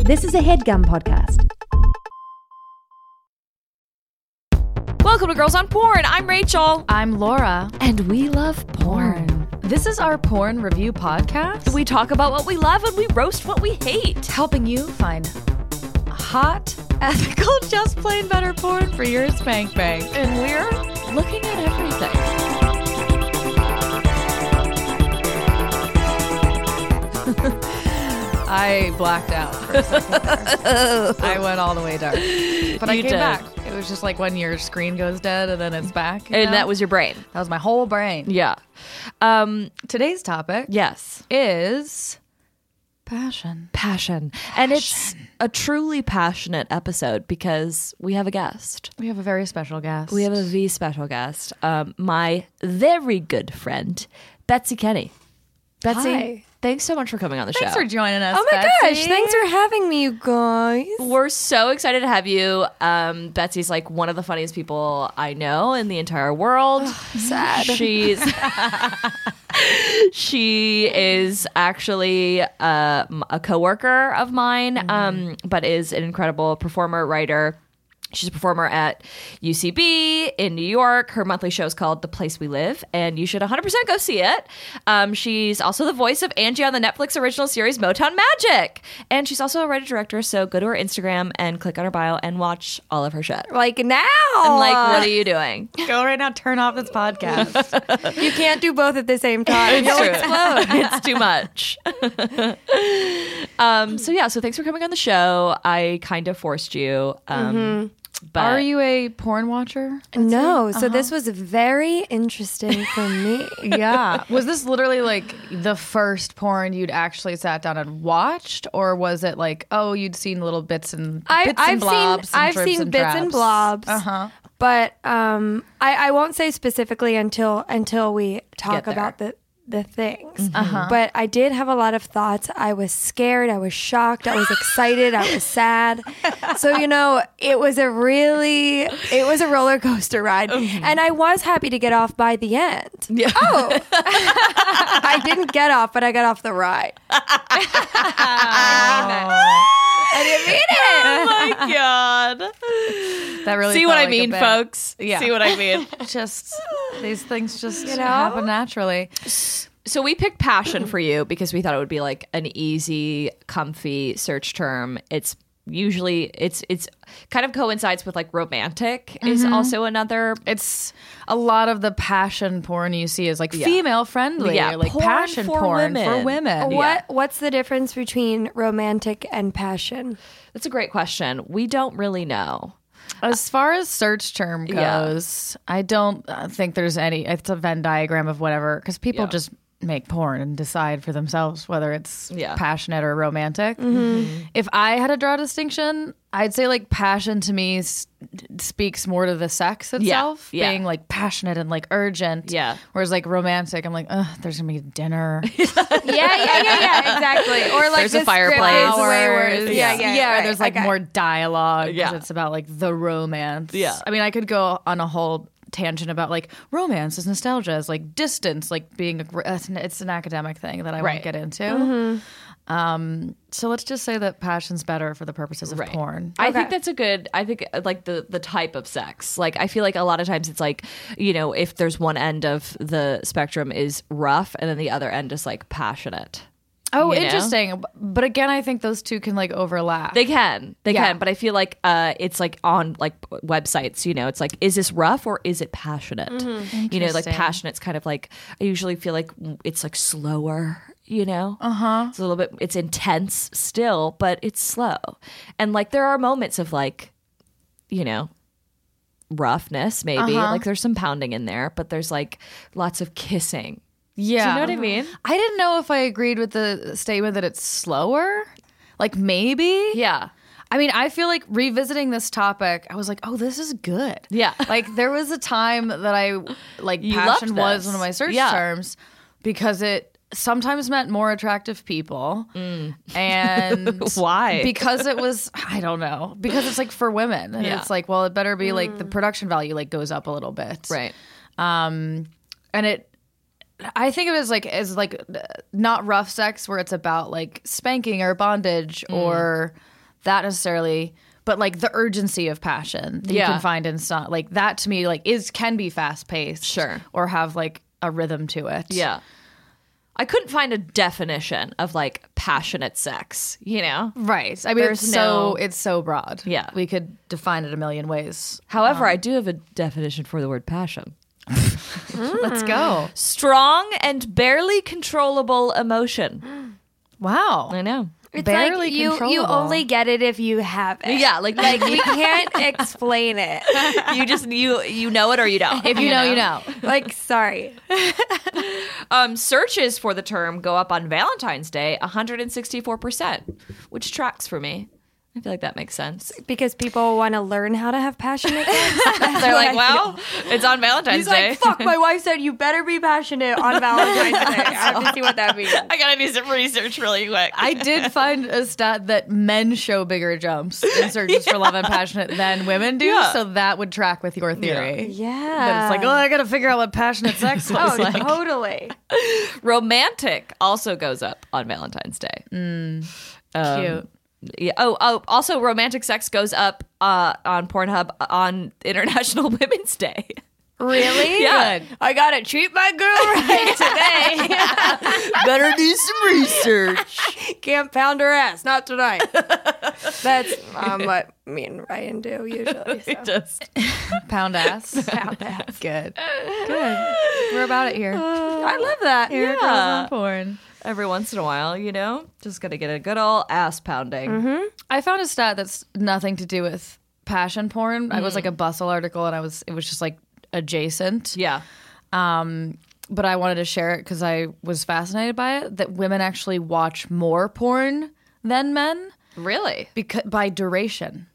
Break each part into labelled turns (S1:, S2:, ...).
S1: This is a headgum podcast.
S2: Welcome to Girls on Porn. I'm Rachel.
S3: I'm Laura.
S2: And we love porn.
S3: This is our porn review podcast.
S2: We talk about what we love and we roast what we hate.
S3: helping you find hot, ethical, just plain better porn for your spank bank.
S2: And we're
S3: Looking at everything. I blacked out. For a second there. I went all the way dark, but I
S2: You
S3: came
S2: did.
S3: back. It was just like when your screen goes dead and then it's back. you
S2: and
S3: know?
S2: that was your brain.
S3: that was my whole brain.
S2: Yeah. Um
S3: Today's topic
S2: yes.
S3: is passion.
S2: Passion. And it's a truly passionate episode because we have a guest.
S3: We have a very special guest.
S2: We have a V special guest. Um my very good friend, Betsy Kenny. Betsy,
S4: Hi.
S2: thanks so much for coming on the
S3: Thanks
S2: show.
S3: for joining us.
S4: Oh my
S3: Betsy.
S4: gosh, thanks for having me, you guys.
S2: We're so excited to have you. Um, Betsy's like one of the funniest people I know in the entire world. sad. She's she is actually uh, m- a coworker of mine, um, but is an incredible performer, writer. She's a performer at UCB in New York. Her monthly show is called The Place We Live, and you should 100% go see it. Um, she's also the voice of Angie on the Netflix original series Motown Magic. And she's also a writer director, so go to her Instagram and click on her bio and watch all of her shit.
S4: Like now.
S2: I'm like, what are you doing?
S3: Go right now, turn off this podcast.
S4: you can't do both at the same time.
S2: It's true. it's too much. um, so yeah, so thanks for coming on the show. I kind of forced you. Um, But
S3: Mm-hmm. Are you a porn watcher?
S4: no, so this was very interesting for me.
S3: Yeah. was this literally like the first porn you'd actually sat down and watched, or was it like, oh, you'd seen little bits and
S4: I,
S3: bits and
S4: I've seen
S3: blobs? and
S4: I've
S3: drips
S4: seen
S3: and
S4: bits and
S3: drabs?
S4: blobs,
S3: Uh-huh.
S4: but um, I, I won't say specifically until until we talk
S3: there. Mm-hmm. Uh-huh.
S4: about the the things. But I did have a lot of thoughts. I was scared. I was shocked. I was excited. I was sad. So you know, it was a really it was a roller coaster ride, and I was happy to get off by the end. Yeah. Oh, I didn't get off, but I got off the ride.
S2: Oh my god!
S3: That really
S2: See
S3: felt
S2: what I
S3: like a
S2: mean,
S3: bit.
S2: folks.
S3: Yeah.
S2: See what I mean.
S3: Just these things just
S4: know?
S3: happen naturally.
S2: so we picked passion for you because we thought it would be like an easy, comfy search term. It's usually it's it's kind of coincides with like romantic is
S3: Mm-hmm.
S2: also another
S3: It's a lot of the passion porn you see is like female friendly,
S2: Yeah,
S3: like
S2: porn
S3: passion
S2: for
S3: porn
S2: women. Oh,
S3: for women.
S4: What what's the difference between romantic and passion?
S2: that's a great question. We don't really know.
S3: As far as search term
S2: Yeah.
S3: goes, I don't uh, think there's any. It's a Venn diagram of whatever, because people just make porn and decide for themselves whether it's
S2: Yeah. Mm-hmm.
S3: passionate or romantic. If I had to draw a distinction, I'd say like passion to me s- speaks more to the sex itself,
S2: yeah.
S3: being like passionate and like urgent.
S2: Yeah.
S3: Whereas like romantic, I'm like, ugh, there's gonna be dinner.
S4: Yeah, yeah, yeah, yeah, exactly. Or like
S2: There's a
S4: the script is
S2: fireplace.
S4: way worse.
S3: Hours.
S4: Yeah, yeah,
S3: yeah.
S4: right.
S3: There's like
S4: Okay.
S3: more dialogue. 'cause
S2: Yeah.
S3: it's about like the romance.
S2: Yeah.
S3: I mean, I could go on a whole tangent about like romance is nostalgia is like distance, like being a, it's an- it's an academic thing that I
S2: Right.
S3: won't get into.
S4: Mm-hmm.
S3: Um, so let's just say that passion's better for the purposes of
S2: Right.
S3: porn.
S2: I think that's a good. I think uh, like the the type of sex. Like I feel like a lot of times it's like you know if there's one end of the spectrum is rough and then the other end is like passionate.
S3: Oh,
S2: You know?
S3: interesting. B- But again, I think those two can like overlap.
S2: They can, they
S3: Yeah.
S2: can, but I feel like uh, it's like on like websites. You know, it's like is this rough or is it passionate? You know, like
S3: Mm-hmm. Interesting.
S2: passionate's kind of like I usually feel like it's like slower. You know, uh
S3: Uh-huh.
S2: huh. It's a little bit. It's intense still, but it's slow. And like there are moments of like, you know, roughness maybe.
S3: Uh-huh.
S2: Like there's some pounding in there, but there's like lots of kissing.
S3: yeah.
S2: Do you know what I mean?
S3: I didn't know if I agreed with the statement that it's slower. Like maybe.
S2: Yeah.
S3: I mean, I feel like revisiting this topic, I was like, oh, this is good.
S2: Yeah.
S3: Like there was a time that I like
S2: You
S3: passion
S2: loved
S3: was
S2: this.
S3: one of my search
S2: Yeah.
S3: terms because it sometimes meant more attractive people. And
S2: Mm. Why?
S3: Because it was I don't know. Because it's like for women. And
S2: Yeah. Mm.
S3: it's like, well, it better be like the production value like goes up a little bit.
S2: Right.
S3: And it I think of it as like
S2: Mm.
S3: as like uh, not rough sex where it's about like spanking or bondage or that necessarily, but like the urgency of passion that
S2: Yeah.
S3: you can find in song, like that to me, like is can be fast paced,
S2: Sure.
S3: or have like a rhythm to it.
S2: Yeah. I couldn't find a definition of like passionate sex, you know?
S3: right. I mean,
S2: There's
S3: it's so
S2: no-
S3: it's so broad.
S2: Yeah.
S3: we could define it a million ways.
S2: However, I do have a definition for the word passion. Mm.
S3: Let's go.
S2: Strong and barely controllable emotion.
S3: Wow.
S2: I know.
S4: It's
S3: Barely
S4: like you you
S3: controllable.
S4: only get it if you have it.
S2: Yeah, like
S4: Like we can't explain it.
S2: you just you you know it or you don't.
S3: If you know, you know.
S4: Like sorry.
S2: Um, searches for the term go up on Valentine's Day 164%, which tracks for me. I feel like that makes sense.
S4: Because people want to learn how to have passionate sex.
S2: They're like, well, it's on Valentine's
S4: He's
S2: Day.
S4: like, fuck, my wife said you better be passionate on Valentine's Day. I have to see what that means.
S2: I gotta do some research really quick.
S3: I did find a stat that men show bigger jumps in searches for love and passionate than women do.
S2: Yeah.
S3: So that would track with your theory.
S4: Yeah.
S3: That it's like, oh, I gotta figure out what passionate sex was
S4: oh,
S3: like.
S4: totally.
S2: Romantic also goes up on Valentine's Day. Um,
S3: Cute.
S2: Yeah. Oh, oh. Also, romantic sex goes up uh, on Pornhub on International Women's Day.
S4: Really?
S2: Yeah.
S4: I gotta treat my girl right today.
S2: Better do some research.
S4: Can't pound her ass. Not tonight. That's um, what me and Ryan do usually. So.
S2: Just
S3: Pound ass.
S4: Pound ass.
S3: Good. Good. We're about it here.
S4: I love that.
S3: Here it goes on porn.
S2: every once in a while, you know, just gotta get a good old ass pounding.
S3: I found a stat that's nothing to do with passion porn. I was like a bustle article and I was it was just like adjacent.
S2: Yeah.
S3: Um, but I wanted to share it because I was fascinated by it that women actually watch more porn than men
S2: Really?
S3: because by duration.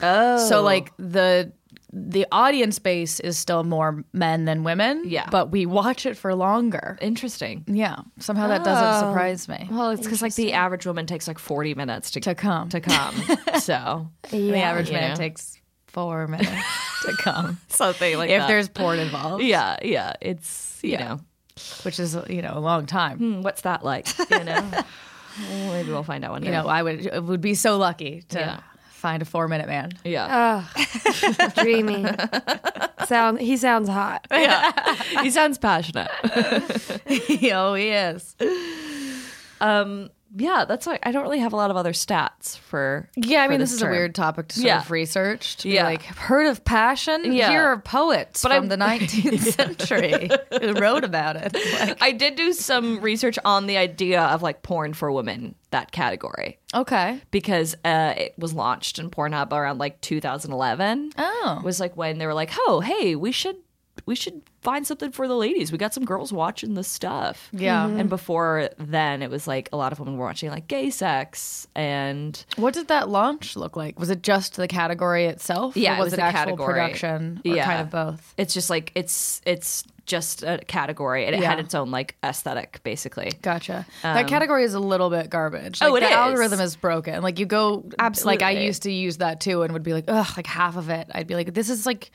S2: Oh.
S3: So like the the audience base is still more men than women.
S2: Yeah.
S3: But we watch it for longer.
S2: Interesting.
S3: Yeah. Somehow that
S2: Oh.
S3: doesn't surprise me.
S2: Well, it's because like the average woman takes like forty minutes to
S3: To come.
S2: to come. so
S3: the average
S2: You
S3: man
S2: know.
S3: takes four minutes to come.
S2: something like
S3: if
S2: that.
S3: there's porn involved.
S2: yeah, yeah, it's you know
S3: Which is you know, a long time.
S2: Hmm, what's that like? You know, maybe we'll find out one day.
S3: You know, I would I would be so lucky to
S2: Hmm. Yeah.
S3: find a four minute man.
S2: yeah,
S4: Oh, dreamy. Sound. He sounds hot.
S2: he sounds passionate.
S3: oh, he is.
S2: Um, yeah, that's why I don't really have a lot of other stats for.
S3: Yeah, I
S2: for
S3: mean, this, is
S2: term.
S3: a weird topic to sort
S2: Yeah.
S3: of research. To
S2: Yeah.
S3: be like, heard of passion?
S2: Yeah.
S3: Here are poets
S2: But
S3: from
S2: I'm-
S3: the 19th century who wrote about it. Like,
S2: I did do some research on the idea of like porn for women that category
S3: okay.
S2: because uh, it was launched in Pornhub around like 2011.
S3: Oh.
S2: was like when they were like, "Oh, hey, we should we should find something for the ladies. We got some girls watching this stuff."
S3: Yeah.
S2: And before then, it was like a lot of women were watching like gay sex and
S3: What did that launch look like? Was it just the category itself?
S2: Yeah, it
S3: Or was
S2: was
S3: it,
S2: the
S3: actual
S2: category.
S3: production? Or
S2: Yeah.
S3: Kind of both.
S2: it's just like it's it's just a category and it had
S3: Yeah.
S2: its own like aesthetic basically.
S3: Gotcha. that category is a little bit garbage. Like,
S2: Um, Oh, it
S3: the
S2: is.
S3: algorithm is broken. Like you go Like I
S2: Absolutely.
S3: used to use that too, and would be like, ugh, like half of it. I'd be like, this is like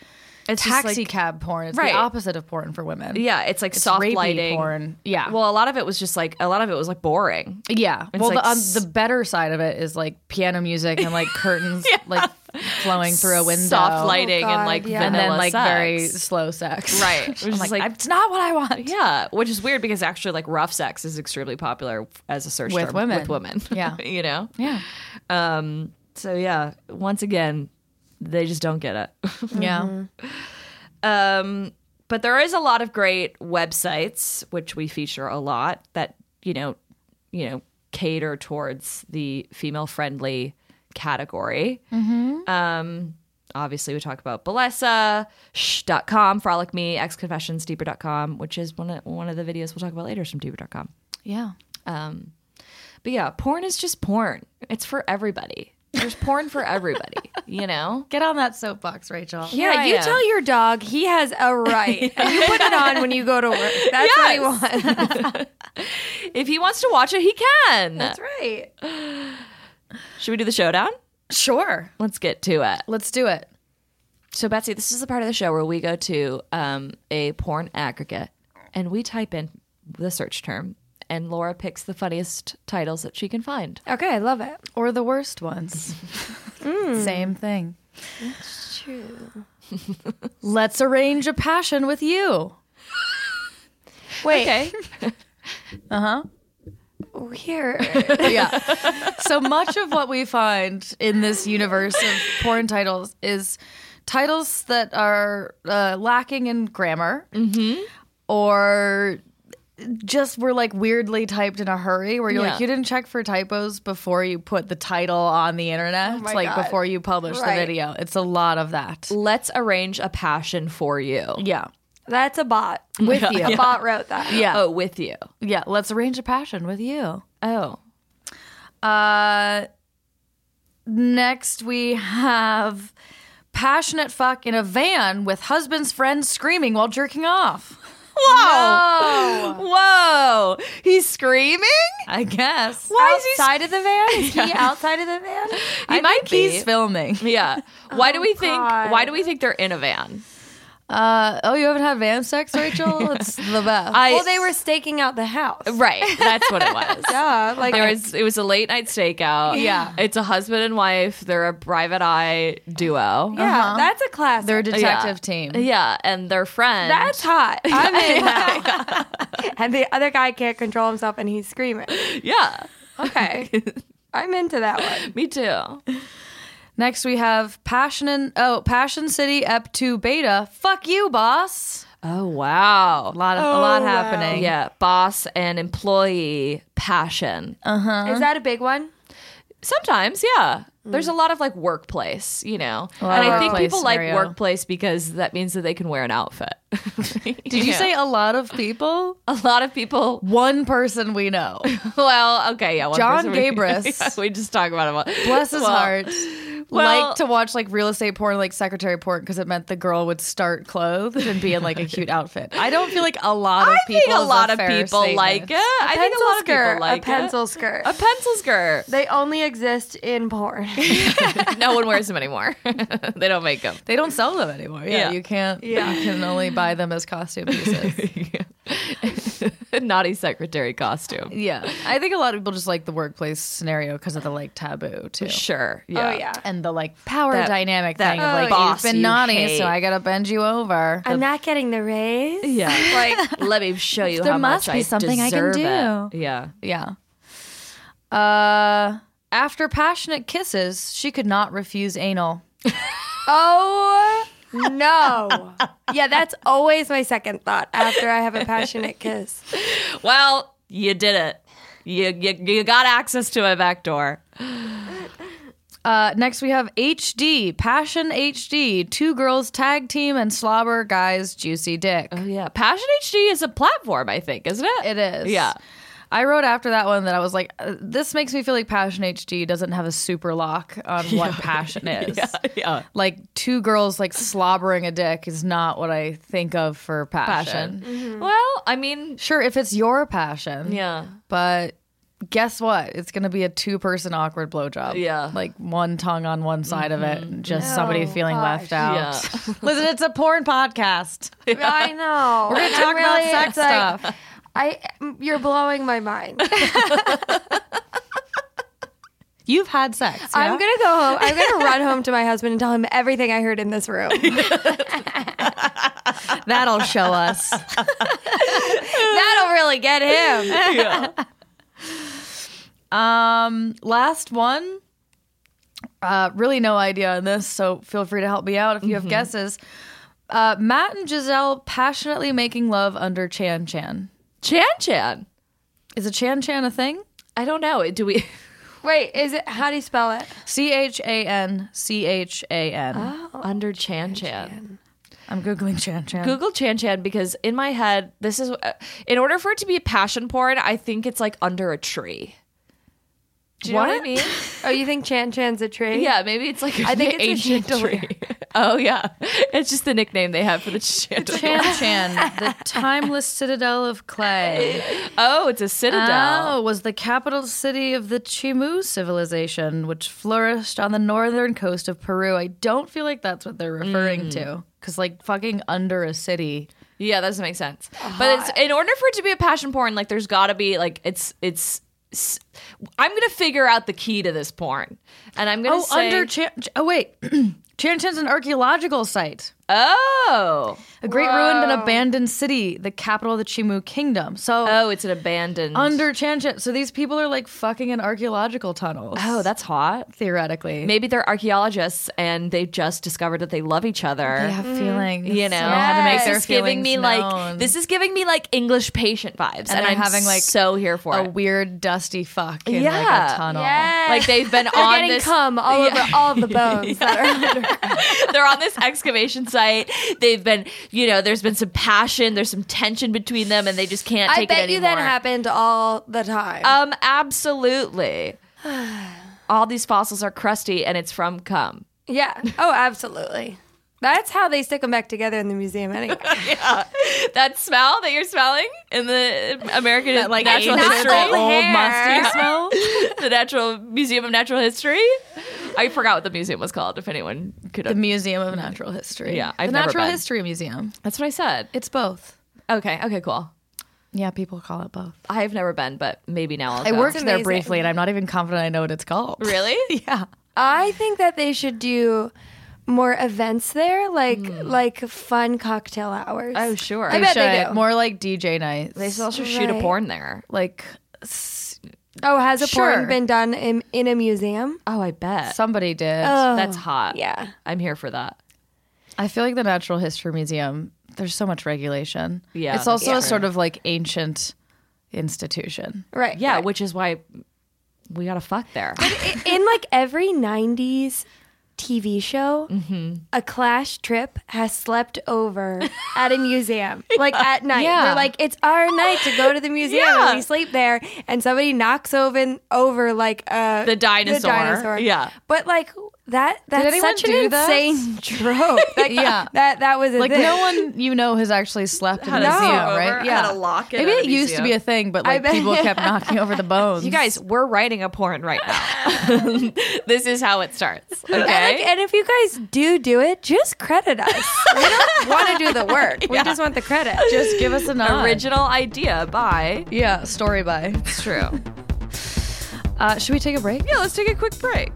S2: It's just
S3: taxi
S2: like-
S3: cab porn. It's
S2: Right.
S3: the opposite of porn for women.
S2: Yeah, it's like soft
S3: rapey
S2: lighting.
S3: porn. Yeah.
S2: Well, a lot of it was just like a lot of it was like boring.
S3: Yeah. well,
S2: like
S3: the, um,
S2: s-
S3: the better side of it is like piano music and like curtains like flowing through a window, Oh,
S2: Soft lighting
S4: God,
S2: and like
S4: yeah.
S2: vanilla
S3: and then like
S2: sex.
S3: very slow sex.
S2: Right. Which
S3: I'm
S2: is
S3: like,
S2: like-
S3: it's not what I want.
S2: Yeah, which is weird because actually, like rough sex is extremely popular as a search
S3: With
S2: term
S3: women.
S2: With women,
S3: Yeah.
S2: you know.
S3: Yeah.
S2: Um. So yeah, once again, they just don't get it.
S3: Yeah.
S2: um. But there is a lot of great websites which we feature a lot that you know, you know, cater towards the female friendly category.
S3: Mm-hmm.
S2: Um, obviously, we talk about Balesa, shh.com, Frolic Me, X Confessions, Deeper.com, which is one of, one of the videos we'll talk about later is from Deeper.com.
S3: Yeah.
S2: Um, but yeah, porn is just porn. It's for everybody. There's porn for everybody, you know?
S3: Get on that soapbox, Rachel.
S4: Yeah,
S2: I
S4: you
S2: am.
S4: tell your dog he has a right. You put it on when you go to work. That's what he
S2: Yes.
S4: wants.
S2: If he wants to watch it, he can.
S4: That's right.
S2: Should we do the showdown?
S3: Sure.
S2: Let's get to it.
S3: Let's do it.
S2: So, Betsy, this is the part of the show where we go to um, a porn aggregate and we type in the search term and Laura picks the funniest titles that she can find.
S4: Okay, I love it.
S3: or the worst ones.
S2: Mm.
S3: Same thing. Let's arrange a passion with you.
S4: Wait,
S2: Okay.
S4: Uh-huh. weird.
S3: yeah. So much of what we find in this universe of porn titles is titles that are uh, lacking in grammar
S4: Mm-hmm.
S3: or just were like weirdly typed in a hurry where you're
S2: Yeah.
S3: like, you didn't check for typos before you put the title on the internet,
S4: Oh my
S3: like
S4: God.
S3: before you publish
S4: Right.
S3: the video. It's a lot of that.
S2: Let's arrange a passion for you.
S3: Yeah.
S4: That's a bot. With
S3: Yeah.
S4: you.
S3: Yeah.
S4: A bot wrote that.
S3: Yeah.
S2: Oh, with you.
S3: Yeah. Let's arrange a passion with you.
S2: Oh.
S3: Uh, next we have passionate fuck in a van with husband's friend screaming while jerking off.
S2: Whoa. Whoa. He's screaming?
S3: I guess.
S4: outside of the van? Is he outside of the van?
S3: He
S2: I
S3: might
S2: think
S3: be
S2: he's
S3: filming.
S2: Yeah. Why
S3: Oh,
S2: do we think
S4: God.
S2: why do we think they're in a van?
S3: Uh, oh, you haven't had van sex, Rachel? it's the best.
S2: I
S4: Well, they were staking out the house.
S2: Right. That's what it was.
S4: Yeah, like
S2: There was it was a late night stakeout.
S3: Yeah.
S2: It's a husband and wife. They're a private eye duo.
S4: yeah, that's a classic.
S3: They're a
S2: Yeah.
S3: detective team.
S2: Yeah, and they're friends.
S4: that's hot. I'm in now. and the other guy can't control himself, and he's screaming.
S2: yeah.
S4: Okay, I'm into that one.
S2: Me too.
S3: Next we have passion and oh passion city ep two beta. Fuck you, boss.
S2: Oh wow.
S3: A lot of a lot happening.
S2: Yeah, boss and employee passion.
S3: Um,
S4: Is that a big one?
S2: Sometimes, yeah. There's a lot of like workplace, you know.
S3: mm. lot
S2: And
S3: of
S2: I think
S3: workplace
S2: people
S3: scenario.
S2: like workplace because that means that they can wear an outfit.
S3: Did you say a lot of people?
S2: a lot of people
S3: One person we know.
S2: Well, okay, yeah. one
S3: John
S2: person we-
S3: Gabris.
S2: Yeah, we just talk about him. a lot.
S3: bless his
S2: Well,
S3: heart
S2: well-
S3: like to watch like real estate porn like secretary porn because it meant the girl would start clothed and be in like a cute outfit i don't feel like a lot of
S2: I
S3: people
S2: think a
S3: is
S2: lot of
S3: fair
S2: people
S3: statement.
S2: like it. I think a
S4: pencil
S2: lot of
S4: skirt,
S2: people like
S4: a pencil skirt.
S2: it. A pencil skirt.
S4: They only exist in porn.
S2: no one wears them anymore. they don't make them.
S3: they don't sell them anymore yeah,
S2: Yeah.
S3: you can't
S4: Yeah.
S3: you can only buy them as costume pieces
S2: Naughty secretary costume.
S3: yeah i think a lot of people just like the workplace scenario because of the like taboo too
S2: Sure. Yeah.
S4: Oh yeah.
S3: and the like power
S2: That-
S3: dynamic
S2: that
S3: thing of like
S2: boss
S3: you've been
S2: you
S3: naughty
S2: hate.
S3: so i gotta bend you over
S4: I'm not getting the raise.
S2: Yeah. Like, let me show you
S3: There
S2: how
S3: must
S2: much
S3: be
S2: I
S3: something I can
S2: deserve it.
S3: do.
S2: Yeah.
S3: Yeah. Uh, after passionate kisses, she could not refuse anal.
S4: Oh no. Yeah, that's always my second thought after I have a passionate kiss.
S2: Well, you did it. You, you, you got access to my back door.
S3: Uh, next we have HD, Passion HD, two girls tag team and slobber guys juicy dick.
S2: Oh, yeah. Passion HD is a platform, I think, isn't it?
S3: It is.
S2: Yeah.
S3: I wrote after that one that I was like, uh, this makes me feel like Passion HD doesn't have a super lock on what passion is.
S2: Yeah.
S3: Like two girls like slobbering a dick is not what I think of for passion.
S2: Passion. Well, I mean,
S3: Sure, if it's your passion.
S2: yeah.
S3: But guess what? It's going to be a two person awkward blowjob.
S2: Yeah. Mm-hmm.
S3: Like one tongue on one side of it and just somebody
S4: No,
S3: feeling left out.
S2: Yeah.
S3: Listen, it's a porn podcast.
S4: I know. We're gonna
S3: Talk about sex stuff.
S4: I you're blowing my mind.
S3: You've had sex. yeah?
S4: I'm gonna go home. I'm gonna run home to my husband and tell him everything I heard in this room.
S3: That'll show us.
S4: That'll really get him.
S3: Um, last one. Uh, really no idea on this, so feel free to help me out if you have guesses. Uh, Matt and Giselle passionately making love under Chan Chan.
S2: Chan Chan.
S3: Is a Chan Chan a thing?
S2: I don't know. Do we?
S4: Wait, is it how do you spell it?
S3: C H A N C H A N.
S2: Ah. Under Chan Chan.
S3: I'm googling Chan Chan.
S2: Google Chan Chan because in my head, this is uh, in order for it to be passion porn, I think it's like under a tree. Do you know what I
S3: What?
S2: mean?
S4: Oh, you think Chan Chan's a tree?
S2: Yeah, maybe it's like I
S4: think
S2: an
S4: it's a
S2: ancient tree. Oh yeah, it's just the nickname they have for the chandelier.
S3: Chan Chan, the timeless citadel of clay.
S2: Oh, it's a citadel.
S3: Oh, was the capital city of the Chimu civilization, which flourished on the northern
S2: Hmm.
S3: coast of Peru. I don't feel like that's what they're referring to. Because, like, fucking under a city
S2: Yeah, that doesn't make sense. But it's, in order for it to be a passion porn, like there's got to be like it's it's. s- I'm gonna figure out the key to this porn, and I'm gonna
S3: Oh,
S2: say,
S3: under Chan- oh wait, Chanton's an archaeological site.
S2: oh,
S3: A great ruined and abandoned city, the capital of the Chimu Kingdom. So
S2: oh, it's an abandoned.
S3: under Chanchan, so these people are like fucking in archaeological tunnels.
S2: oh, that's hot.
S3: theoretically,
S2: Maybe they're archaeologists and they just discovered that they love each other.
S3: they have feelings.
S2: You know,
S3: They had to make their
S2: this is
S3: feelings
S2: giving me like
S3: known.
S2: this is giving me like English patient vibes, and,
S3: they're
S2: I'm having like so here for
S3: a
S2: it.
S3: weird dusty fuck in like
S2: Yeah.
S3: a tunnel.
S4: Yes.
S2: Like they've been
S4: They're
S2: on
S4: getting
S2: this
S4: cum all over all of the bones that are under.
S2: they're on this excavation site. They've been, you know, there's been some passion, there's some tension between them, and they just can't
S4: I
S2: take it
S4: bet you that
S2: anymore.
S4: happened all the time.
S2: Um, absolutely. All these fossils are crusty, and it's from cum.
S4: yeah. Oh, absolutely. That's how they stick them back together in the museum anyway.
S2: That smell that you're smelling in the American like Natural
S4: not
S2: History,
S4: old Old hair. musty
S2: smell, the Natural Museum of Natural History. I forgot what the museum was called. If anyone could,
S3: The Museum of Natural History.
S2: Yeah,
S3: the
S2: I've never
S3: Natural
S2: been.
S3: History Museum.
S2: that's what I said.
S3: It's both.
S2: Okay, okay, cool.
S3: Yeah, people call it both.
S2: I have never been, but maybe now I'll.
S3: I
S2: go.
S3: worked there
S4: amazing.
S3: briefly, and I'm not even confident I know what it's called.
S2: Really?
S3: yeah.
S4: I think that they should do more events there, like like fun cocktail hours.
S2: Oh, sure.
S4: I bet they
S3: Should.
S4: do.
S3: More like DJ nights.
S2: They should also shoot a
S4: Right.
S2: porn there.
S3: like
S4: oh, has a
S3: Sure.
S4: porn been done in, in a museum?
S2: Oh, I bet.
S3: somebody did.
S2: That's hot.
S4: Yeah.
S2: I'm here for that.
S3: I feel like the Natural History Museum. There's so much regulation.
S2: Yeah,
S3: it's
S2: that's
S3: also a sort of like ancient institution.
S4: Right.
S2: Yeah, which is why we got to fuck there.
S4: I- in like every 90s TV show,
S3: Mm-hmm.
S4: a clash trip has slept over at a museum, like at night.
S3: Yeah.
S4: They're like, it's our night to go to the museum
S2: Yeah.
S4: and we sleep there. And somebody knocks over, over like uh,
S2: The dinosaur. Yeah.
S4: But like, that that's
S3: anyone
S4: such an
S3: do that?
S4: insane trope. That,
S3: Yeah.
S4: that that was a
S3: Like
S4: thing.
S3: no one you know has actually slept in a
S2: Had a
S3: museum,
S2: sleepover,
S3: right?
S2: had a lock-in
S3: Maybe
S2: at a
S3: it used to
S2: museum.
S3: be a thing, but like
S4: bet-
S3: people kept knocking over the bones.
S2: You guys, we're writing a porn right now. this is how it starts.
S4: And,
S2: Okay.
S4: like, and if you guys do do it, just credit us. we don't want to do the work. We just want the credit.
S3: just give us an original.
S2: Original idea by.
S3: Yeah, story by.
S2: It's true.
S3: Uh, should we take a break?
S2: yeah, let's take a quick break.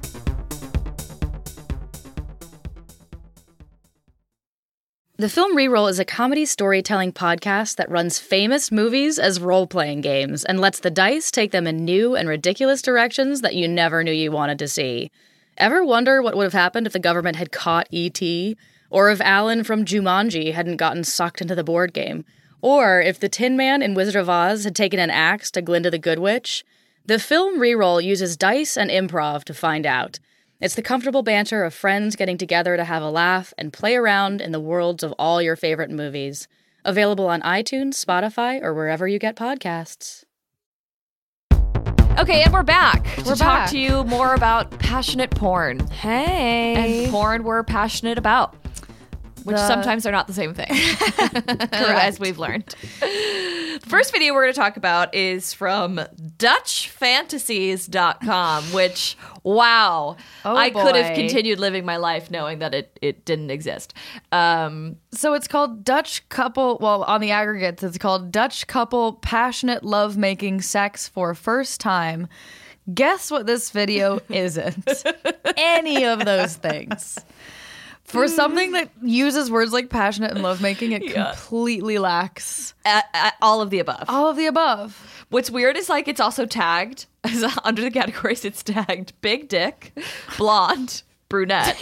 S5: The Film Reroll is a comedy storytelling podcast that runs famous movies as role playing games and lets the dice take them in new and ridiculous directions that you never knew you wanted to see. Ever wonder what would have happened if the government had caught E.T.? Or if Alan from Jumanji hadn't gotten sucked into the board game? Or if the Tin Man in Wizard of Oz had taken an axe to Glinda the Good Witch? The Film Reroll uses dice and improv to find out. It's the comfortable banter of friends getting together to have a laugh and play around in the worlds of all your favorite movies. Available on iTunes, Spotify, or wherever you get podcasts.
S2: Okay, and we're back
S3: We're back.
S2: to talk to you more about passionate porn
S4: Hey.
S2: and porn we're passionate about, which
S3: The-
S2: sometimes are not the same thing, as we've learned. First video we're going to talk about is from DutchFantasies.com, which, wow,
S3: Oh,
S2: I could have
S3: boy.
S2: continued living my life knowing that it, it didn't exist. Um,
S3: So it's called Dutch couple. Well, on the aggregates, it's called Dutch couple passionate love making sex for first time. Guess what? This video isn't any of those things. For something that uses words like passionate and lovemaking, it completely lacks
S2: a- a- all of the above.
S3: all of the above.
S2: What's weird is like it's also tagged under the categories. It's tagged big dick, blonde, brunette,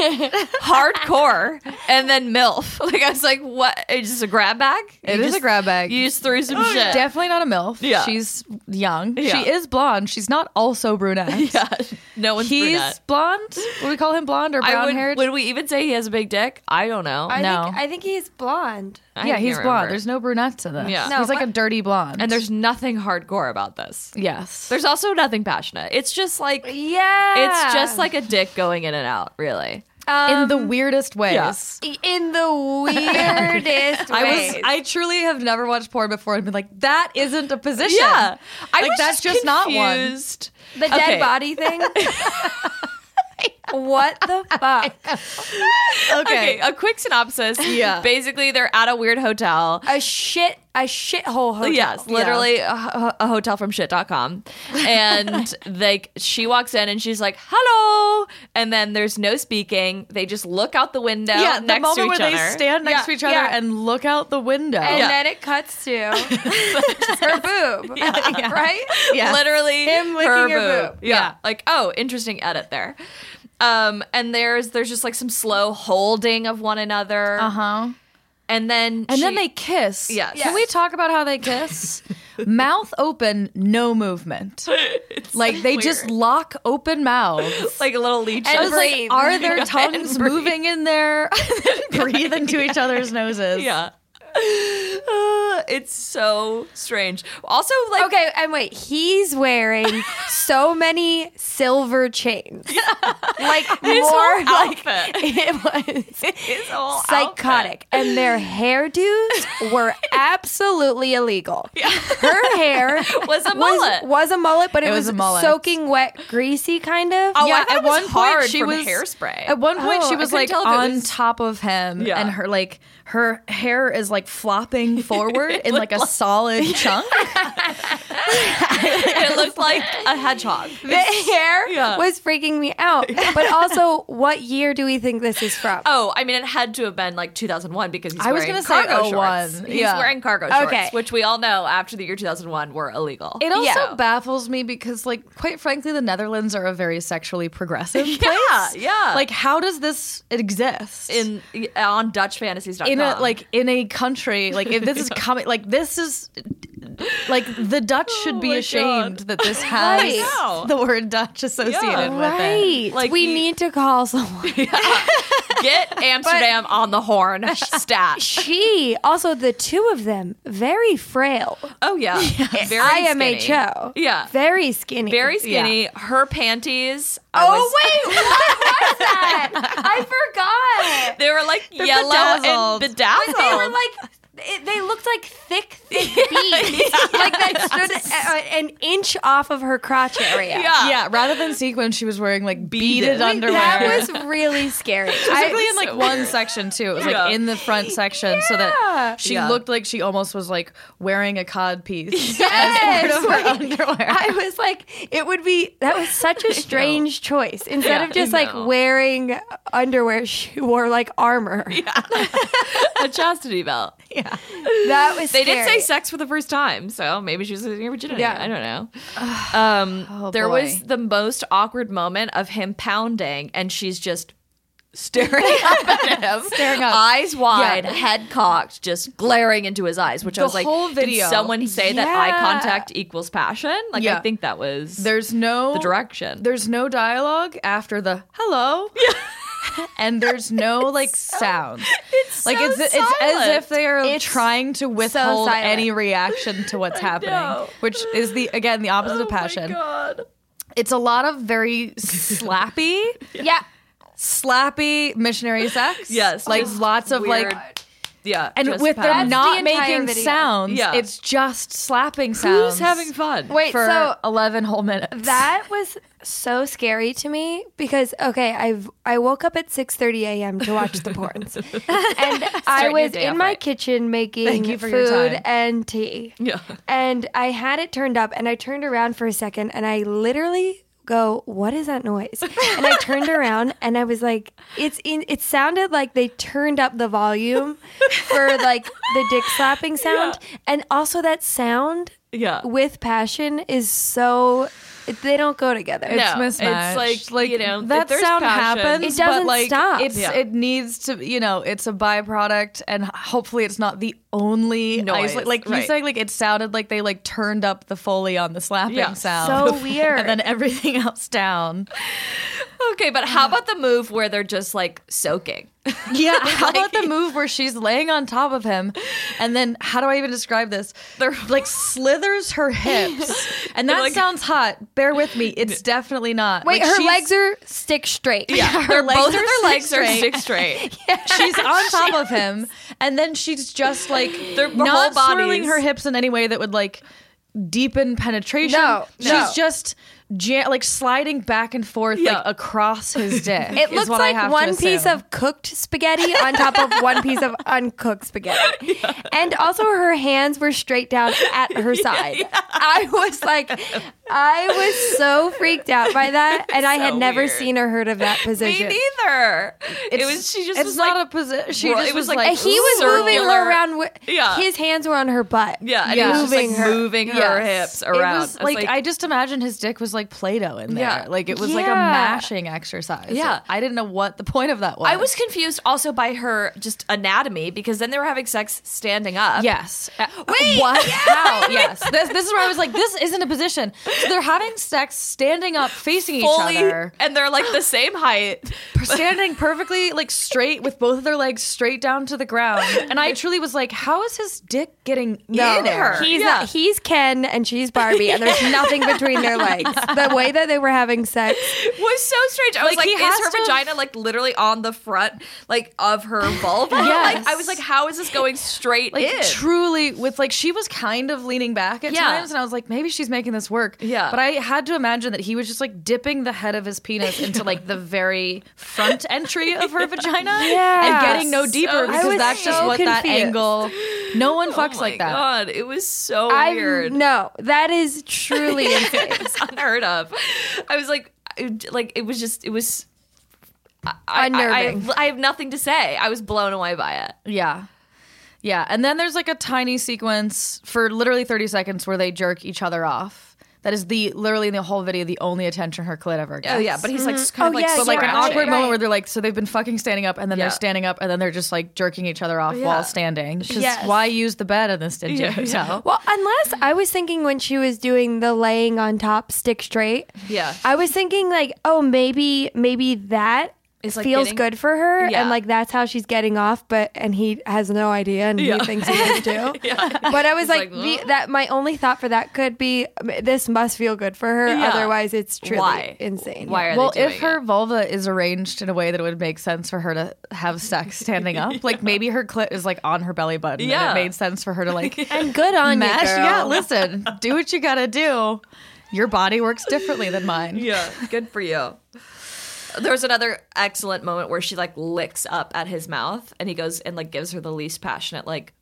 S2: hardcore, and then milf. Like I was like, what? It's just a grab bag. It is
S3: is a grab bag. Oh,
S2: You just threw some shit.
S3: Definitely not a MILF.
S2: Oh, Yeah.
S3: She's young.
S2: Yeah.
S3: She is blonde. She's not also brunette.
S2: yeah, no one's
S3: He's
S2: brunette.
S3: blonde. Would we call him blonde or
S2: I
S3: brown
S2: would.
S3: haired?
S2: Would we even say he has a big dick? I don't know.
S4: I
S3: No.
S4: think I think he's blonde.
S2: I
S3: yeah,
S2: can't
S3: he's
S2: remember.
S3: blonde. There's no brunettes in this.
S2: Yeah.
S3: he's like a dirty blonde.
S2: and there's nothing hardcore about this.
S3: yes,
S2: There's also nothing passionate. It's just like
S4: Yeah.
S2: it's just like a dick going in and out. Really.
S3: in the weirdest ways.
S2: um, yeah.
S4: Um, in the weirdest
S3: I
S4: way.
S3: was I truly have never watched porn before and been like that isn't a position.
S2: Yeah, I
S3: like
S2: was
S3: that's just, not one.
S2: confused.
S4: the dead
S2: Okay.
S4: body thing. What the fuck?
S2: Okay, a quick synopsis.
S3: Yeah.
S2: Basically, they're at a weird hotel.
S4: A shit, a shithole hotel.
S2: Yes, literally a ho- a, hotel from shit.com. And like she walks in and she's like, "Hello." And then there's no speaking. They just look out the window
S3: yeah, the
S2: next
S3: moment
S2: to each
S3: where
S2: other.
S3: they stand next
S4: Yeah,
S3: to each other
S4: yeah.
S3: and look out the window.
S4: And
S2: Yeah.
S4: then it cuts to her boob, right?
S3: Yes.
S2: Literally
S4: Him licking
S2: her
S4: your
S2: boob.
S4: boob.
S2: Yeah. Like, oh, interesting edit there. Um, and there's there's just like some slow holding of one another.
S3: Uh huh.
S2: And then
S3: And
S2: she-
S3: then they kiss.
S2: Yes.
S3: Can we talk about how they kiss? mouth open, no movement. like they just lock open mouths.
S2: like a little leech.
S3: I
S2: over
S3: was like,
S4: breathe.
S3: are their tongues
S2: breathe.
S3: moving in there? breathe into each other's noses.
S2: Yeah. Uh, it's so strange. Also, like,
S4: Okay, and wait, he's wearing so many silver chains. Like more
S2: whole
S4: like
S2: outfit.
S4: it was
S2: his whole
S4: psychotic. And their hairdos were absolutely illegal. Her hair
S2: Was a mullet.
S4: Was, a mullet, but it,
S3: It was
S4: was,
S3: a mullet.
S4: soaking wet, greasy kind of.
S2: Oh,
S3: yeah,
S2: I thought
S3: at
S2: it was
S3: one
S2: hard
S3: point she
S2: from
S3: was
S2: hairspray.
S3: At one point
S4: Oh,
S3: she
S4: I
S3: was
S2: couldn't
S3: like
S2: tell if it
S3: on
S2: was-
S3: top of him,
S2: Yeah.
S3: and her like her hair is like flopping forward in like a solid chunk.
S2: it looked like a hedgehog.
S4: the hair
S2: yeah.
S4: was freaking me out. But also, what year do we think this is from?
S2: Oh, I mean, it had to have been like 2001 because he's
S3: I was
S2: wearing
S3: gonna say 01.
S2: cargo shorts.
S3: Yeah.
S2: He's wearing cargo shorts,
S4: Okay.
S2: which we all know after the year 2001 were illegal.
S3: It also
S4: Yeah.
S3: baffles me because, like, quite frankly, the Netherlands are a very sexually progressive place.
S2: yeah.
S3: Like, how does this exist
S2: in on DutchFantasies.com.
S3: in a like in a country like if this is coming like this is like the Dutch should be
S2: Oh my
S3: ashamed
S2: God.
S3: that this has
S2: know.
S3: the word Dutch associated with it.
S4: right.
S2: Like,
S4: we
S2: you-
S4: need to call someone.
S2: get Amsterdam on the horn stat.
S4: She also the two of them very frail.
S2: Oh yeah, very
S4: IMHO.
S2: skinny. Yeah,
S4: Very skinny.
S2: very skinny. Her panties. I
S4: Oh
S2: was-
S4: wait, what was that? I forgot.
S2: They were like yellow
S3: bedazzled.
S2: and bedazzled.
S4: They were like it, they looked like thick, thick beads, like that stood a- a- an inch off of her crotch area.
S2: Yeah.
S3: Yeah, rather than sequin, she was wearing like beaded,
S2: Beaded.
S3: underwear.
S4: That was really scary. I-
S3: Specifically in like one section too. It was
S2: Yeah.
S3: like in the front section, so that she
S2: Yeah.
S3: looked like she almost was like wearing a cod piece
S4: Yes.
S3: as part of her underwear.
S4: I was like, it would be that was such a strange choice. Instead
S2: Yeah,
S4: of just
S2: I
S4: like
S2: know.
S4: wearing underwear, she wore like armor.
S2: a chastity belt.
S4: That was
S2: They did say
S4: scary.
S2: sex for the first time, so maybe she was losing her virginity.
S4: Yeah.
S2: I don't know. Um, there
S3: Oh, boy.
S2: was the most awkward moment of him pounding, and she's just staring up at him,
S3: Staring up.
S2: eyes wide,
S3: Yeah.
S2: head cocked, just glaring into his eyes. Which I
S3: The
S2: was like,
S3: whole
S2: did
S3: video.
S2: someone say that eye
S4: Yeah.
S2: contact equals passion? Like, I
S3: Yeah.
S2: think that was
S3: There's no
S2: the direction.
S3: There's no dialogue after the hello. and there's no like sounds. It's like
S2: so
S3: it's it's as
S2: silent.
S3: if they are
S4: It's
S3: trying to withhold
S4: silent.
S3: any reaction to what's happening,
S2: know. Oh
S3: which is the again the opposite of passion.
S2: God.
S3: It's a lot of very slappy,
S4: yeah.
S3: slappy missionary sex.
S2: Yes,
S3: like
S2: just
S3: lots of like
S2: weird- Yeah,
S3: and
S2: just
S3: with them
S2: passion.
S3: not
S4: the entire
S3: making
S4: video.
S3: sounds.
S2: Yeah.
S3: It's just slapping sounds.
S2: who's having fun?
S4: Wait,
S3: for
S4: so
S3: 11 whole minutes.
S4: that was so scary to me because okay, I've I woke up at six thirty a.m. to watch the porns, and I
S2: your
S4: was
S2: day off
S4: in my
S2: right.
S4: kitchen making
S3: Thank you for your
S4: food
S3: time.
S4: and tea.
S2: Yeah.
S4: and I had it turned up, and I turned around for a second, and I literally go, "What is that noise?" And I turned around, and I was like, "It's in." It sounded like they turned up the volume for like the dick slapping sound, and also that sound
S2: Yeah.
S4: with passion is so they don't go together.
S3: it's
S2: No,
S3: mismatched.
S2: it's like, you know, if
S3: that
S2: there's
S3: sound
S2: passion-
S3: happens.
S4: It doesn't
S3: but like,
S4: stop.
S3: It's
S2: Yeah.
S3: it needs to. You know, it's a byproduct, and hopefully, it's not the only
S2: Noise,
S3: isola- Like
S2: right.
S3: you said, like it sounded like they like turned up the foley on the slapping
S2: Yeah.
S3: sound,
S4: so weird.
S3: and then everything else down.
S2: Okay, but how about the move where they're just like soaking?
S3: Yeah. How about the move where she's laying on top of him, and then how do I even describe this? They're like slithers her hips, and that
S2: like-
S3: sounds hot. Bear with me. It's definitely not.
S4: Wait,
S3: Like,
S4: her
S3: she's-
S4: legs are stick straight.
S2: Yeah,
S3: her legs
S2: both of
S3: are
S2: their legs are
S3: straight.
S2: stick straight.
S3: She's on top of him, and then she's just like
S2: Their
S3: not
S2: whole bodies.
S3: swirling her hips in any way that would like deepen penetration.
S4: No,
S3: she's
S4: no.
S3: just ja- like sliding back and forth like across his dick. is
S4: It looks
S3: what I have
S4: like
S3: to
S4: one piece
S3: assume.
S4: of cooked spaghetti on top of one piece of uncooked spaghetti. And also her hands were straight down at her side. I was like I was so freaked out by that and I had
S2: So
S4: never
S2: weird.
S4: seen or heard of that position.
S2: Me neither. it was she just
S3: It's
S2: was
S3: not
S2: like,
S3: a position. She
S2: Ro-
S3: just
S2: it
S3: was
S2: was like-
S3: like,
S4: And he was moving
S2: Circular.
S4: her around. With,
S2: Yeah.
S4: His hands were on her butt.
S2: yeah, and
S3: Yeah.
S2: it was just like
S4: Moving her-
S2: moving her
S3: Yes.
S2: hips around.
S3: It was
S2: I
S3: like, I just imagine his dick was like Play-Doh in there.
S2: Yeah.
S3: Like it was like a
S4: Yeah.
S3: mashing exercise.
S2: Yeah.
S3: I didn't know what the point of that was.
S2: I was confused also by her just anatomy because then they were having sex standing up.
S3: Yes. Uh,
S2: Wait,
S3: What? How? Yes. This, this is where I was like, this isn't a position. So they're having sex standing up, facing
S2: fully,
S3: each other,
S2: and they're like the same height.
S3: standing perfectly like straight with both of their legs straight down to the ground. And I truly was like, how is his dick getting in there?
S4: He's
S2: Yeah.
S4: not, he's Ken and she's Barbie, and there's nothing between their legs. The way that they were having sex,
S2: was so strange. I was
S3: Like,
S2: like,
S3: he
S2: is
S3: has
S2: her
S3: to have-
S2: vagina like literally on the front like of her vulva?
S3: Yes.
S2: Like I was like, how is this going straight
S3: like
S2: in?
S3: truly with like she was kind of leaning back at
S2: Yeah.
S3: times and i was like maybe she's making this work
S2: Yeah.
S3: but i had to imagine that he was just like dipping the head of his penis into like the very front entry of her vagina and
S4: Yeah.
S3: getting no deeper
S2: So
S3: because
S4: was
S3: that's just
S4: so
S3: what that
S4: confused.
S3: angle no one
S2: Oh
S3: fucks
S2: my
S3: like that
S2: God, it was so
S4: I
S2: weird.
S4: no, that is truly insane.
S2: it's unheard of. I was like, I- like it was just, it was. I, I-
S4: Unnerving.
S2: I, I, have nothing to say. I was blown away by it.
S3: yeah yeah and then there's like a tiny sequence for literally 30 seconds where they jerk each other off that is the literally in the whole video the only attention her clit ever gets
S2: Oh yeah, but he's like kind of
S4: Oh,
S2: like,
S4: yeah,
S3: But like an
S4: Right.
S3: awkward
S4: Right.
S3: moment where they're like, so they've been fucking standing up, and then
S2: Yeah.
S3: they're standing up, and then they're just like jerking each other off
S2: Yeah.
S3: while standing. 'Cause
S4: Yes.
S3: why use the bed in this dingy
S2: Yeah, yeah.
S3: hotel?
S4: Well, unless I was thinking when she was doing the laying on top, stick straight.
S2: Yeah.
S4: I was thinking like, oh, maybe maybe that
S2: It's like
S4: feels
S2: getting-
S4: good for her,
S2: Yeah.
S4: and like that's how she's getting off. But and he has no idea, and
S2: Yeah.
S4: he thinks he does too. But I was like,
S2: like,
S4: the-
S2: "Huh?"
S4: that my only thought for that could be this must feel good for her.
S2: Yeah.
S4: Otherwise, it's truly
S2: Why?
S4: insane.
S2: Why are
S3: Well,
S2: they doing
S3: if her vulva is arranged in a way that it would make sense for her to have sex standing up, like maybe her clit is like on her belly button,
S2: Yeah.
S3: and it made sense for her to like
S4: And good on
S3: mash.
S4: you, girl.
S3: Yeah, listen, do what you gotta do. Your body works differently than mine.
S2: it? Yeah, good for you. There was another excellent moment where she like licks up at his mouth, and he goes and like gives her the least passionate like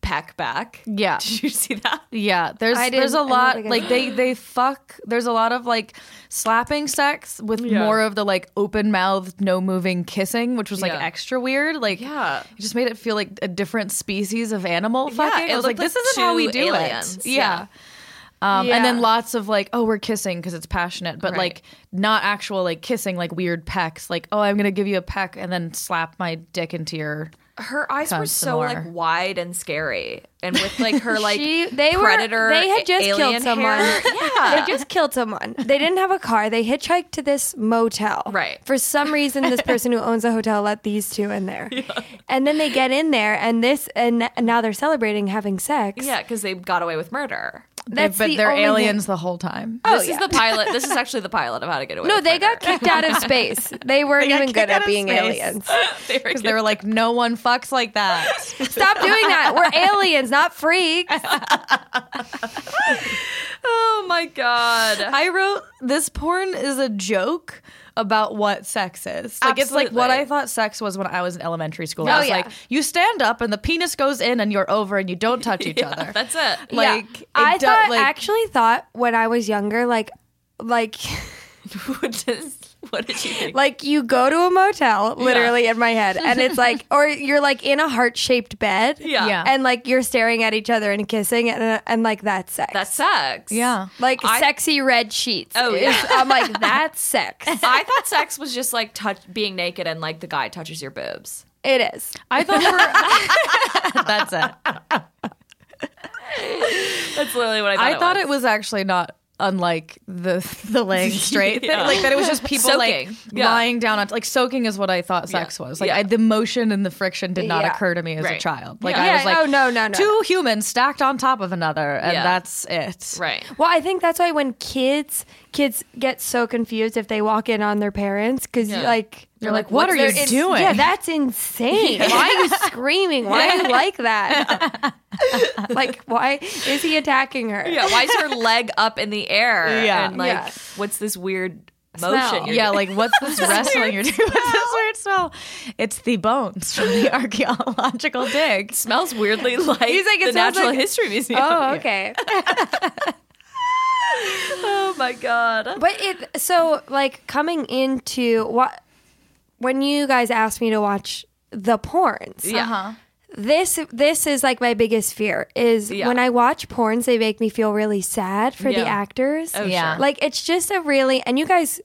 S2: peck back.
S3: Yeah.
S2: Did you see that?
S3: Yeah, there's
S4: I
S3: there's
S4: didn't-
S3: a
S4: I don't
S3: lot
S4: think I
S3: like they they fuck. There's a lot of like slapping sex with more of the like open mouthed, no moving kissing, which was like
S2: Yeah.
S3: extra weird. Like,
S2: Yeah.
S3: it just made it feel like a different species of animal fucking.
S2: it
S3: I was like,
S2: looked like
S3: this isn't how we
S2: two
S3: do
S2: aliens.
S3: it. Yeah. Um, And then
S4: Yeah.
S3: lots of like, oh, we're kissing because it's passionate, but
S2: Right.
S3: like not actual like kissing, like weird pecks. Like, oh, I'm gonna give you a peck and then slap my dick into your.
S2: Her eyes were so
S3: Consular.
S2: like wide and scary, and with like her like
S4: She- they were-
S2: predator.
S4: they had just
S2: alien
S4: killed someone.
S2: hair. Yeah,
S4: They just killed someone. They didn't have a car. They hitchhiked to this motel.
S2: Right.
S4: For some reason, this person who owns the hotel let these two in there. And then they get in there, and this, and now they're celebrating having sex.
S2: Yeah, because they got away with murder.
S4: That's
S3: but
S4: the
S3: they're
S4: only Oh. thing.
S3: aliens the whole time.
S2: this is the pilot. This is actually the pilot of How to Get Away.
S4: No,
S2: with
S4: they
S2: murder.
S4: got kicked out of space. They weren't
S3: They got
S4: even
S3: kicked
S4: good
S3: out
S4: at
S3: of
S4: being
S3: space.
S4: aliens.
S2: They were
S3: Because they were like, no one fucks like that.
S4: Stop doing that. We're aliens, not freaks.
S2: oh my god.
S3: I wrote this porn is a joke about what sex is. Like it's like what
S2: Absolutely.
S3: I thought sex was when I was in elementary school.
S4: Oh,
S3: I was
S4: yeah.
S3: like, you stand up and the penis goes in and you're over and you don't touch each other.
S2: That's it.
S4: Yeah.
S3: like it
S4: I
S3: do-
S4: thought,
S3: like-
S4: actually thought when I was younger, like, like.
S2: what, does, what did you think?
S4: Like you go to a motel, literally in my head, and it's like, or you're like in a heart shaped bed,
S2: Yeah.
S3: Yeah.
S4: and like you're staring at each other and kissing, and, uh, and like that's sex.
S2: That sucks.
S3: Yeah.
S4: like
S2: I-
S4: sexy red sheets.
S2: Oh,
S4: is-
S2: yeah.
S4: I'm like that's sex.
S2: I thought sex was just like touch being naked and like the guy touches your boobs.
S4: It is.
S3: I thought for That's it.
S2: That's literally what I thought.
S3: I
S2: it
S3: thought
S2: was.
S3: it was actually not unlike the the laying straight thing.
S2: Yeah.
S3: Like that it was just people
S2: Soaking.
S3: like
S2: Yeah.
S3: lying down on like soaking is what I thought sex was. Like
S2: Yeah.
S3: I, the motion and the friction did not
S4: Yeah.
S3: occur to me as
S2: Right.
S3: a child. Like
S2: Yeah.
S3: I was
S4: Yeah,
S3: like
S4: oh, no, no, no.
S3: two humans stacked on top of another and
S2: Yeah.
S3: that's it.
S2: right.
S4: Well, I think that's why when kids kids get so confused if they walk in on their parents because
S2: Yeah.
S4: like
S3: They're like, "What
S4: what's
S3: are you
S4: their-
S3: doing?"
S4: Yeah, that's insane. Why are you screaming? Why are you like that? like, why is he attacking her?
S2: Yeah, why is her leg up in the air?
S3: Yeah.
S2: And like,
S4: Yeah.
S2: what's this weird
S4: Smell.
S2: motion? you're
S3: yeah, like what's this wrestling you're doing? What's this weird smell? It's the bones from the archaeological dig.
S2: It smells weirdly like
S4: He's like, it
S2: the
S4: smells
S2: Natural
S4: like-
S2: History Museum.
S4: Oh, okay.
S2: Oh my god.
S4: But it so like coming into what when you guys asked me to watch the porns.
S2: Yeah.
S4: This this is like my biggest fear is
S2: Yeah.
S4: when I watch porns they make me feel really sad for
S2: Yeah.
S4: the actors.
S2: Oh,
S3: Yeah.
S2: sure.
S4: Like it's just a really and you guys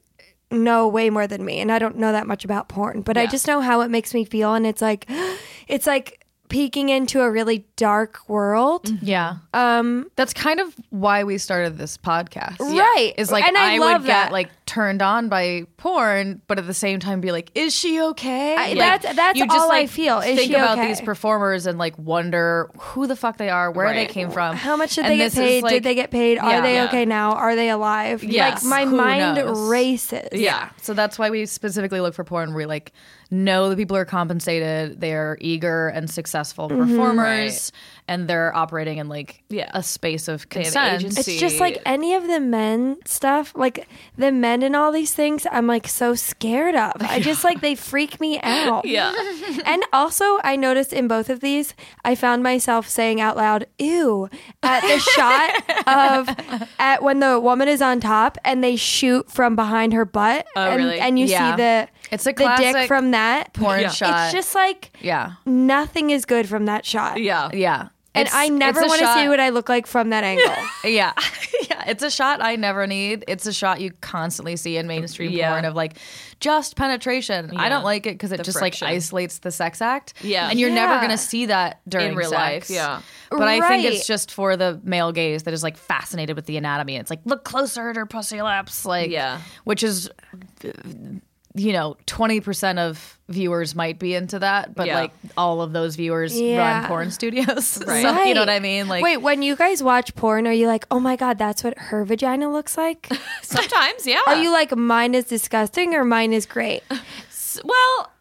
S4: know way more than me and I don't know that much about porn, but I
S2: Yeah.
S4: just know how it makes me feel and it's like it's like peeking into a really dark world.
S2: Mm-hmm.
S3: Yeah.
S4: Um
S3: That's kind of why we started this podcast.
S4: Right.
S3: Is like
S4: And I
S3: I,
S4: love
S3: would
S4: that.
S3: get like turned on by porn, but at the same time be like, is she okay?
S4: I-
S3: Like,
S4: that's- that's
S3: you just
S4: all I
S3: like
S4: feel. Is
S3: think
S4: she
S3: about
S4: okay?
S3: these performers and like wonder who the fuck they are, where
S2: Right.
S3: they came from.
S4: How much did
S3: And
S4: they get
S3: this is,
S4: paid?
S3: like-
S4: did they get paid? Are
S3: Yeah.
S4: they
S3: Yeah.
S4: okay now? Are they alive?
S3: Yes.
S4: Like my
S3: Who
S4: mind
S3: knows?
S4: races.
S2: Yeah.
S3: So that's why we specifically look for porn where we like know the people are compensated, they're eager and successful
S4: Mm-hmm.
S3: performers, and they're operating in like
S2: Yeah.
S3: a space of
S2: have
S3: consent.
S2: agency.
S4: It's just like
S2: See.
S4: any of the men stuff, like the men in all these things, I'm like so scared of. I just like they freak me out.
S2: Yeah.
S4: And also, I noticed in both of these, I found myself saying out loud, ew, at the shot of at when the woman is on top and they shoot from behind her butt. Oh, and,
S2: really?
S4: and you
S3: Yeah.
S4: see the,
S3: It's a
S4: the dick
S3: classic
S4: from that
S3: Porn
S2: Yeah.
S3: shot.
S4: It's just like
S3: yeah.
S4: nothing is good from that shot.
S2: Yeah.
S3: Yeah.
S4: And
S3: It's-
S4: I never
S3: it's a
S4: want to see
S3: shot-
S4: what I look like from that angle.
S3: Yeah. yeah. It's a shot I never need. It's a shot you constantly see in mainstream
S2: Yeah.
S3: porn of like just penetration. I don't like it because it just
S2: friction.
S3: like isolates the sex act.
S2: Yeah.
S3: And you're never
S4: Yeah.
S3: going to see that during
S2: real
S3: sex.
S2: life, yeah.
S3: But I think
S4: Right.
S3: it's just for the male gaze that is like fascinated with the anatomy. It's like, look closer at her pussy lips. Like,
S2: Yeah.
S3: Which is, you know, 20% of viewers might be into that, but
S2: Yeah.
S3: like all of those viewers
S4: Yeah.
S3: run porn studios. So, you know what I mean? Like,
S4: wait, when you guys watch porn, are you like, oh my god, that's what her vagina looks like?
S2: Sometimes, yeah.
S4: Are you like, mine is disgusting or mine is great?
S2: well,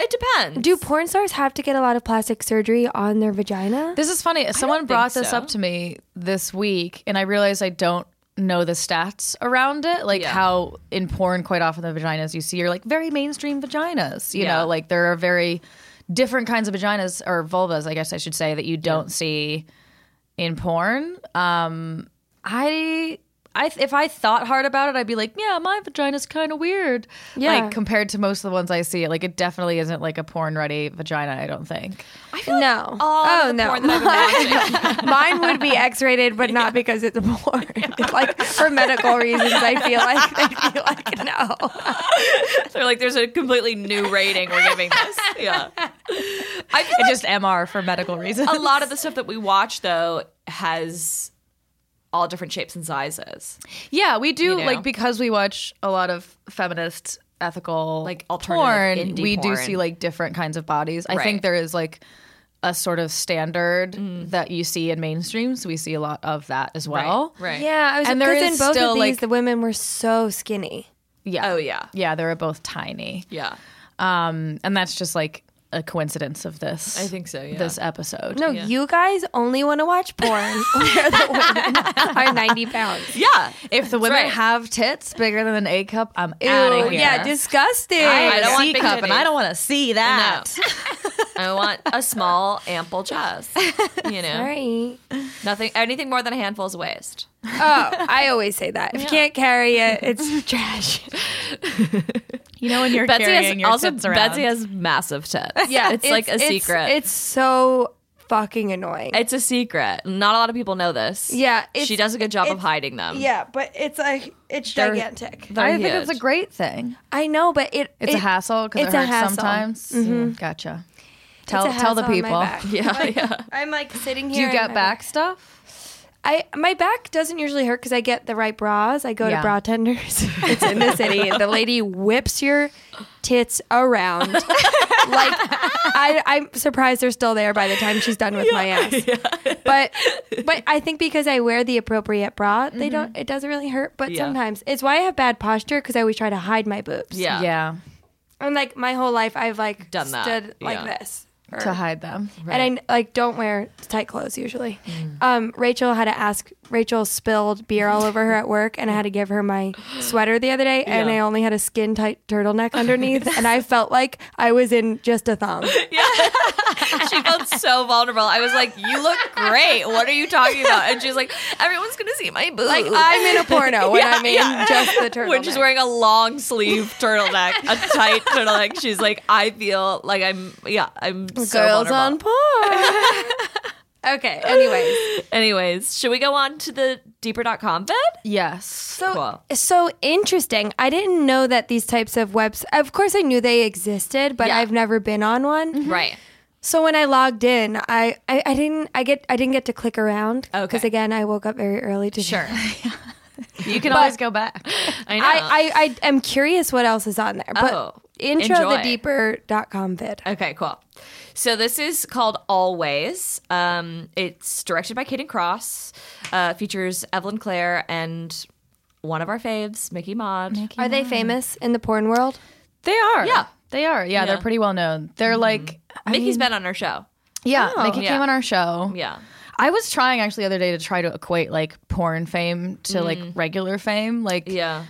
S2: it depends.
S4: Do porn stars have to get a lot of plastic surgery on their vagina?
S3: This is funny. Someone
S2: think
S3: brought this
S2: so.
S3: up to me this week, and I realized I don't know the stats around it. Like
S2: Yeah.
S3: how in porn, quite often the vaginas you see are like very mainstream vaginas. You
S2: Yeah.
S3: know, like there are very different kinds of vaginas or vulvas, I guess I should say, that you don't see in porn. Um, I. I, if I thought hard about it, I'd be like, yeah, my vagina's kind of weird.
S4: Yeah.
S3: Like compared to most of the ones I see, like it definitely isn't like a porn ready vagina, I don't think.
S4: no.
S2: all
S4: oh
S2: the
S4: no.
S2: porn that I've been watching.
S4: mine would be X-rated, but not because it's a porn. like for medical reasons, I feel like they'd be like, no.
S2: They're like, there's a completely new rating we're giving this. Yeah. I feel
S3: It's just MR for medical reasons.
S2: a lot of the stuff that we watch though has all different shapes and sizes,
S3: Yeah, we do
S2: know?
S3: like because we watch a lot of feminist ethical
S2: Like alternative
S3: porn.
S2: indie
S3: We do
S2: porn.
S3: see like different kinds of bodies. I
S2: Right.
S3: think there is like a sort of standard that you see in mainstream, so we see a lot of that as well.
S2: right?
S4: Yeah, I was
S3: And
S4: and
S3: there
S4: because in
S3: is
S4: both
S3: still,
S4: of these,
S3: like-
S4: the women were so skinny.
S3: Yeah.
S2: Oh yeah,
S3: Yeah, they were both tiny.
S2: yeah.
S3: Um and that's just like a coincidence of this.
S2: I think so. Yeah.
S3: This episode.
S4: No, you guys only want to watch porn where the women are 90 pounds.
S2: yeah.
S3: If the women
S2: right.
S3: have tits bigger than an A cup, I'm out of here.
S4: Yeah, disgusting.
S2: I don't want
S3: C
S2: big
S3: cup, and I
S2: titties.
S3: don't want to see that.
S4: Oh.
S2: I want a small, ample chest. You know,
S4: Sorry.
S2: nothing, anything more than a handful's waist.
S4: Oh, I always say that. If you can't carry it, it's trash.
S3: You know when you're
S2: Betsy
S3: carrying
S2: has
S3: your
S2: also
S3: tits around.
S2: Betsy has massive tits. it's, like a secret. It's,
S4: It's so fucking annoying.
S2: a secret. Not a lot of people know this.
S4: Yeah, it's-
S2: she does a good job of
S4: it's-
S2: hiding them.
S4: yeah, but it's like it's gigantic.
S3: I
S2: They're
S3: think it's a
S2: huge.
S3: great thing.
S4: I know, but it
S3: It's
S4: it-
S3: a hassle Mm-hmm. because it
S4: it's a
S3: hurts
S4: hassle.
S3: sometimes. Gotcha.
S4: it's a
S3: Tell tell the
S4: hassle on
S3: people.
S4: my back.
S2: Yeah,
S4: Like,
S2: yeah.
S4: I'm like sitting here.
S3: Do you
S4: and
S3: get
S4: my
S3: back stuff?
S4: I my back doesn't usually hurt because I get the right bras. I go
S3: Yeah.
S4: to bra tenders. It's in the city. The lady whips your tits around. like I, I'm surprised they're still there by the time she's done with my ass. But but I think because I wear the appropriate bra, they
S3: Mm-hmm.
S4: don't. It doesn't really hurt. But
S2: Yeah.
S4: sometimes it's why I have bad posture because I always try to hide my boobs.
S2: yeah,
S3: Yeah.
S4: And like my whole life, I've like
S2: Done that.
S4: stood like
S2: Yeah.
S4: this.
S2: or-
S3: to hide them.
S4: And I like don't wear tight clothes usually. Um, Rachel had to ask. Rachel spilled beer all over her at work, and I had to give her my sweater the other day, and I only had a skin tight turtleneck underneath, and I felt like I was in just a thong.
S2: she felt so vulnerable. I was like, "You look great. What are you talking about?" And she was like, "Everyone's gonna see my boob."
S4: Like I'm in a porno when I'm in just the turtleneck.
S2: when she's wearing a long sleeve turtleneck, a tight turtleneck, she's like, "I feel like I'm, yeah, I'm so
S4: girls
S2: vulnerable."
S4: on porn. okay. Anyways,
S2: Anyways, should we go on to the deeper.com vid?
S3: Yes.
S4: So,
S2: Cool.
S4: so interesting. I didn't know that these types of webs. Of course, I knew they existed, but I've never been on one.
S2: Right.
S4: So when I logged in, I, I, I didn't I get I didn't get to click around because
S2: Okay.
S4: again I woke up very early to sure.
S3: You can always go back.
S2: I know.
S4: I, I I am curious what else is on there. But
S2: Oh,
S4: intro
S2: enjoy.
S4: the deeper.com vid.
S2: Okay, cool. So this is called Always. Um, it's directed by Kaden Cross, uh, features Evelyn Clare and one of our faves, Mickey Maud.
S4: Are they famous in the porn world?
S3: They are.
S2: Yeah.
S3: They are. Yeah, they're pretty well known. They're like I
S2: Mickey's
S3: mean,
S2: been on our
S3: Oh,
S2: show.
S3: yeah, Mickey
S2: Yeah.
S3: came on our show.
S2: Yeah.
S3: I was trying actually the other day to try to equate like porn fame to like regular fame. Like
S2: Yeah.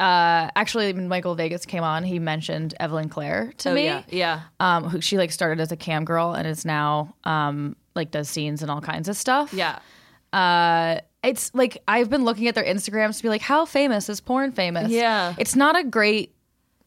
S3: uh actually when Michael Vegas came on, he mentioned Evelyn Clare to
S2: Oh,
S3: me.
S2: yeah. Yeah.
S3: Um who she like started as a cam girl and is now um like does scenes and all kinds of stuff.
S2: Yeah.
S3: uh it's like I've been looking at their Instagrams to be like, how famous is porn famous?
S2: Yeah.
S3: It's not a great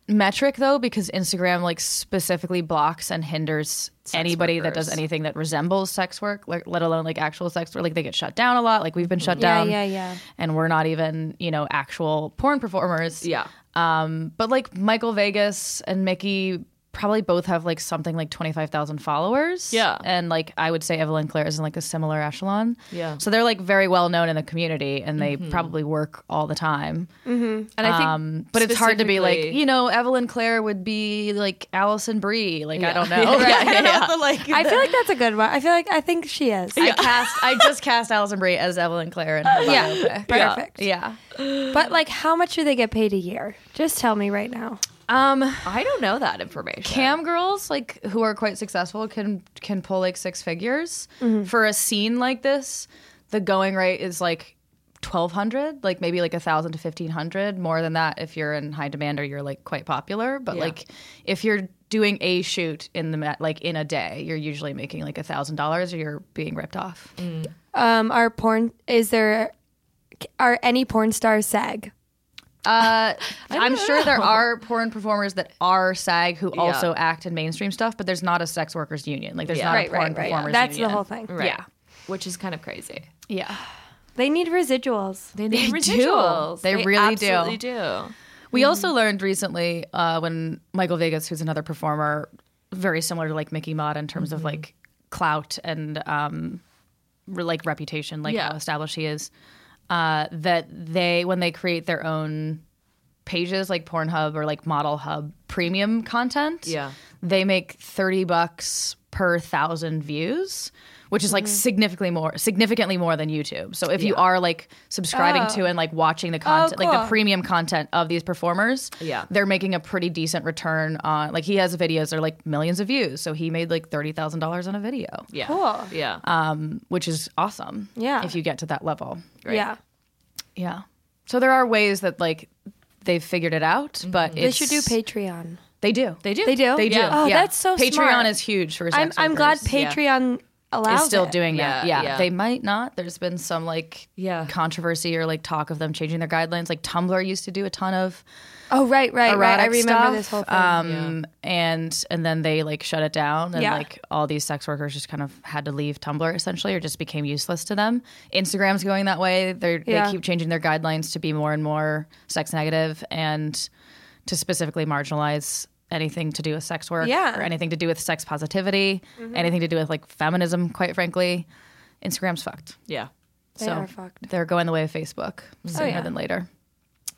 S3: metric though, because Instagram like specifically blocks and hinders anybody that does
S2: workers.
S3: anything that resembles sex work, like, let alone like actual sex work. Like they get shut down a lot. Like we've been shut
S4: Yeah,
S3: down.
S4: yeah, yeah.
S3: And we're not even, you know, actual porn performers.
S2: Yeah.
S3: Um, but like Michael Vegas and Mickey probably both have like something like 25,000 followers.
S2: Yeah.
S3: And like I would say Evelyn Claire is in like a similar echelon.
S2: Yeah. Mm-hmm.
S3: So they're like very well known in the community and they probably work all the time.
S2: And I think
S3: Um, but it's hard to be like,
S2: specifically-
S3: you know, Evelyn Claire would be like Allison Brie. Like, I don't know.
S2: Yeah, yeah, yeah.
S4: I feel like that's a good one. I feel like I think she is.
S3: I cast, I just cast Allison Brie as Evelyn Claire. And
S4: Yeah. Perfect.
S3: yeah.
S4: But like how much do they get paid a year? Just tell me right now.
S3: Um,
S2: I don't know that information.
S3: cam girls like who are quite successful can can pull like six figures
S4: Mm-hmm.
S3: for a scene like this the going rate is like 1200 like maybe like a thousand to 1500 more than that if you're in high demand or you're like quite popular but like if you're doing a shoot in the ma- like in a day you're usually making like a thousand dollars or you're being ripped off
S4: Um are porn is there are any porn stars sag?
S3: Uh, I'm sure there are porn performers that are SAG who also act in mainstream stuff, but there's not a sex workers union. Like there's not a
S4: Right,
S3: porn
S4: right, right.
S3: performers
S4: That's the
S3: union.
S4: whole thing.
S2: Right.
S3: Yeah.
S2: Which is kind of crazy.
S3: Yeah.
S4: They need residuals.
S2: They, need
S3: do.
S2: residuals.
S3: They really do.
S2: absolutely do.
S3: We
S2: Hmm.
S3: also learned recently uh, when Michael Vegas, who's another performer, very similar to like Mickey Mott in terms
S2: Mm-hmm.
S3: of like clout and um, re- like reputation, like
S2: Yeah.
S3: how established he is, uh, that they when they create their own pages like Pornhub or like Model Hub premium content,
S2: Yeah.
S3: they make thirty bucks per thousand views. Which is like
S2: Mm-hmm.
S3: significantly more, significantly more than YouTube. So if you are like subscribing
S2: Uh,
S3: to and like watching the content,
S2: oh,
S3: like the
S4: cool.
S3: premium content of these performers,
S2: Yeah.
S3: they're making a pretty decent return on. Like he has videos that are like millions of views, so he made like thirty thousand dollars on a video,
S2: Yeah.
S4: Cool.
S2: Yeah.
S3: which is awesome.
S4: Yeah.
S3: if you get to that level.
S4: Yeah.
S3: Yeah. So there are ways that like they've figured it out, but
S4: Mm-hmm. They
S3: it's-
S4: should do Patreon.
S3: They do.
S2: they do.
S4: They do.
S3: They do.
S2: Yeah.
S4: Oh,
S3: Yeah.
S4: that's so
S3: Patreon
S4: smart.
S3: is huge for.
S4: I'm
S3: sex
S4: I'm glad
S3: workers.
S2: yeah.
S4: Patreon allows
S3: is still
S4: it.
S3: doing that.
S2: Yeah,
S3: Yeah,
S2: yeah.
S3: They might not. There's been some like
S2: Yeah.
S3: controversy or like talk of them changing their guidelines. Like Tumblr used to do a ton of
S4: Oh right, right, right. I
S3: erotic
S4: remember
S3: stuff,
S4: this whole thing.
S3: Um, and and then they like shut it down, and
S4: Yeah.
S3: like all these sex workers just kind of had to leave Tumblr essentially, or just became useless to them. Instagram's going that way. They
S4: Yeah.
S3: they keep changing their guidelines to be more and more sex negative and to specifically marginalize anything to do with sex work
S4: Yeah. Mm-hmm.
S3: or anything to do with sex positivity, anything to do with like feminism. Quite frankly, Instagram's fucked.
S2: yeah.
S4: they
S3: so
S4: are fucked. Oh,
S3: They're going the way of Facebook sooner
S4: yeah.
S3: than later.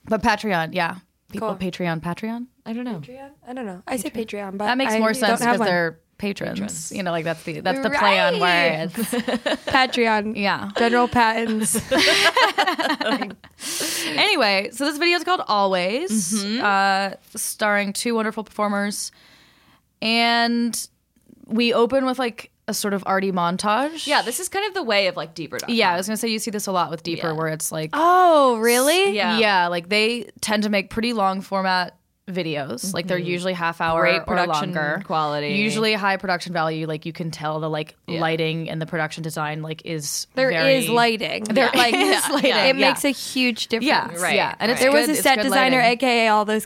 S3: But Patreon, yeah. People
S4: Cool.
S3: Patreon, Patreon.
S2: I don't know.
S4: I don't know. I say Patreon, but
S3: That makes
S4: I
S3: more sense
S4: don't have
S3: because
S4: one.
S3: they're patrons. You know, like that's the that's the play on
S4: Right.
S3: words.
S4: Patreon.
S3: Yeah.
S4: General patents.
S3: anyway, so this video is called Always, uh, starring two wonderful performers, and we open with like a sort of arty montage.
S2: Yeah, this is kind of the way of like deeper.
S3: Yeah, I was gonna say you see this a lot with Deeper, where it's like,
S4: Oh, really?
S2: yeah.
S3: yeah. like they tend to make pretty long format videos. Like they're usually half hour
S2: Great
S3: or
S2: production
S3: longer
S2: quality.
S3: Usually high production value. Like you can tell the like lighting and the production design like is
S4: There is
S3: very,
S4: lighting. There
S3: like
S4: is lighting.
S3: yeah,
S4: It
S3: yeah.
S4: makes a huge difference.
S3: yeah
S2: Right,
S3: yeah, and it's
S4: There was
S3: good-
S4: a
S3: it's
S4: set
S3: good
S4: designer,
S3: lighting.
S4: aka all those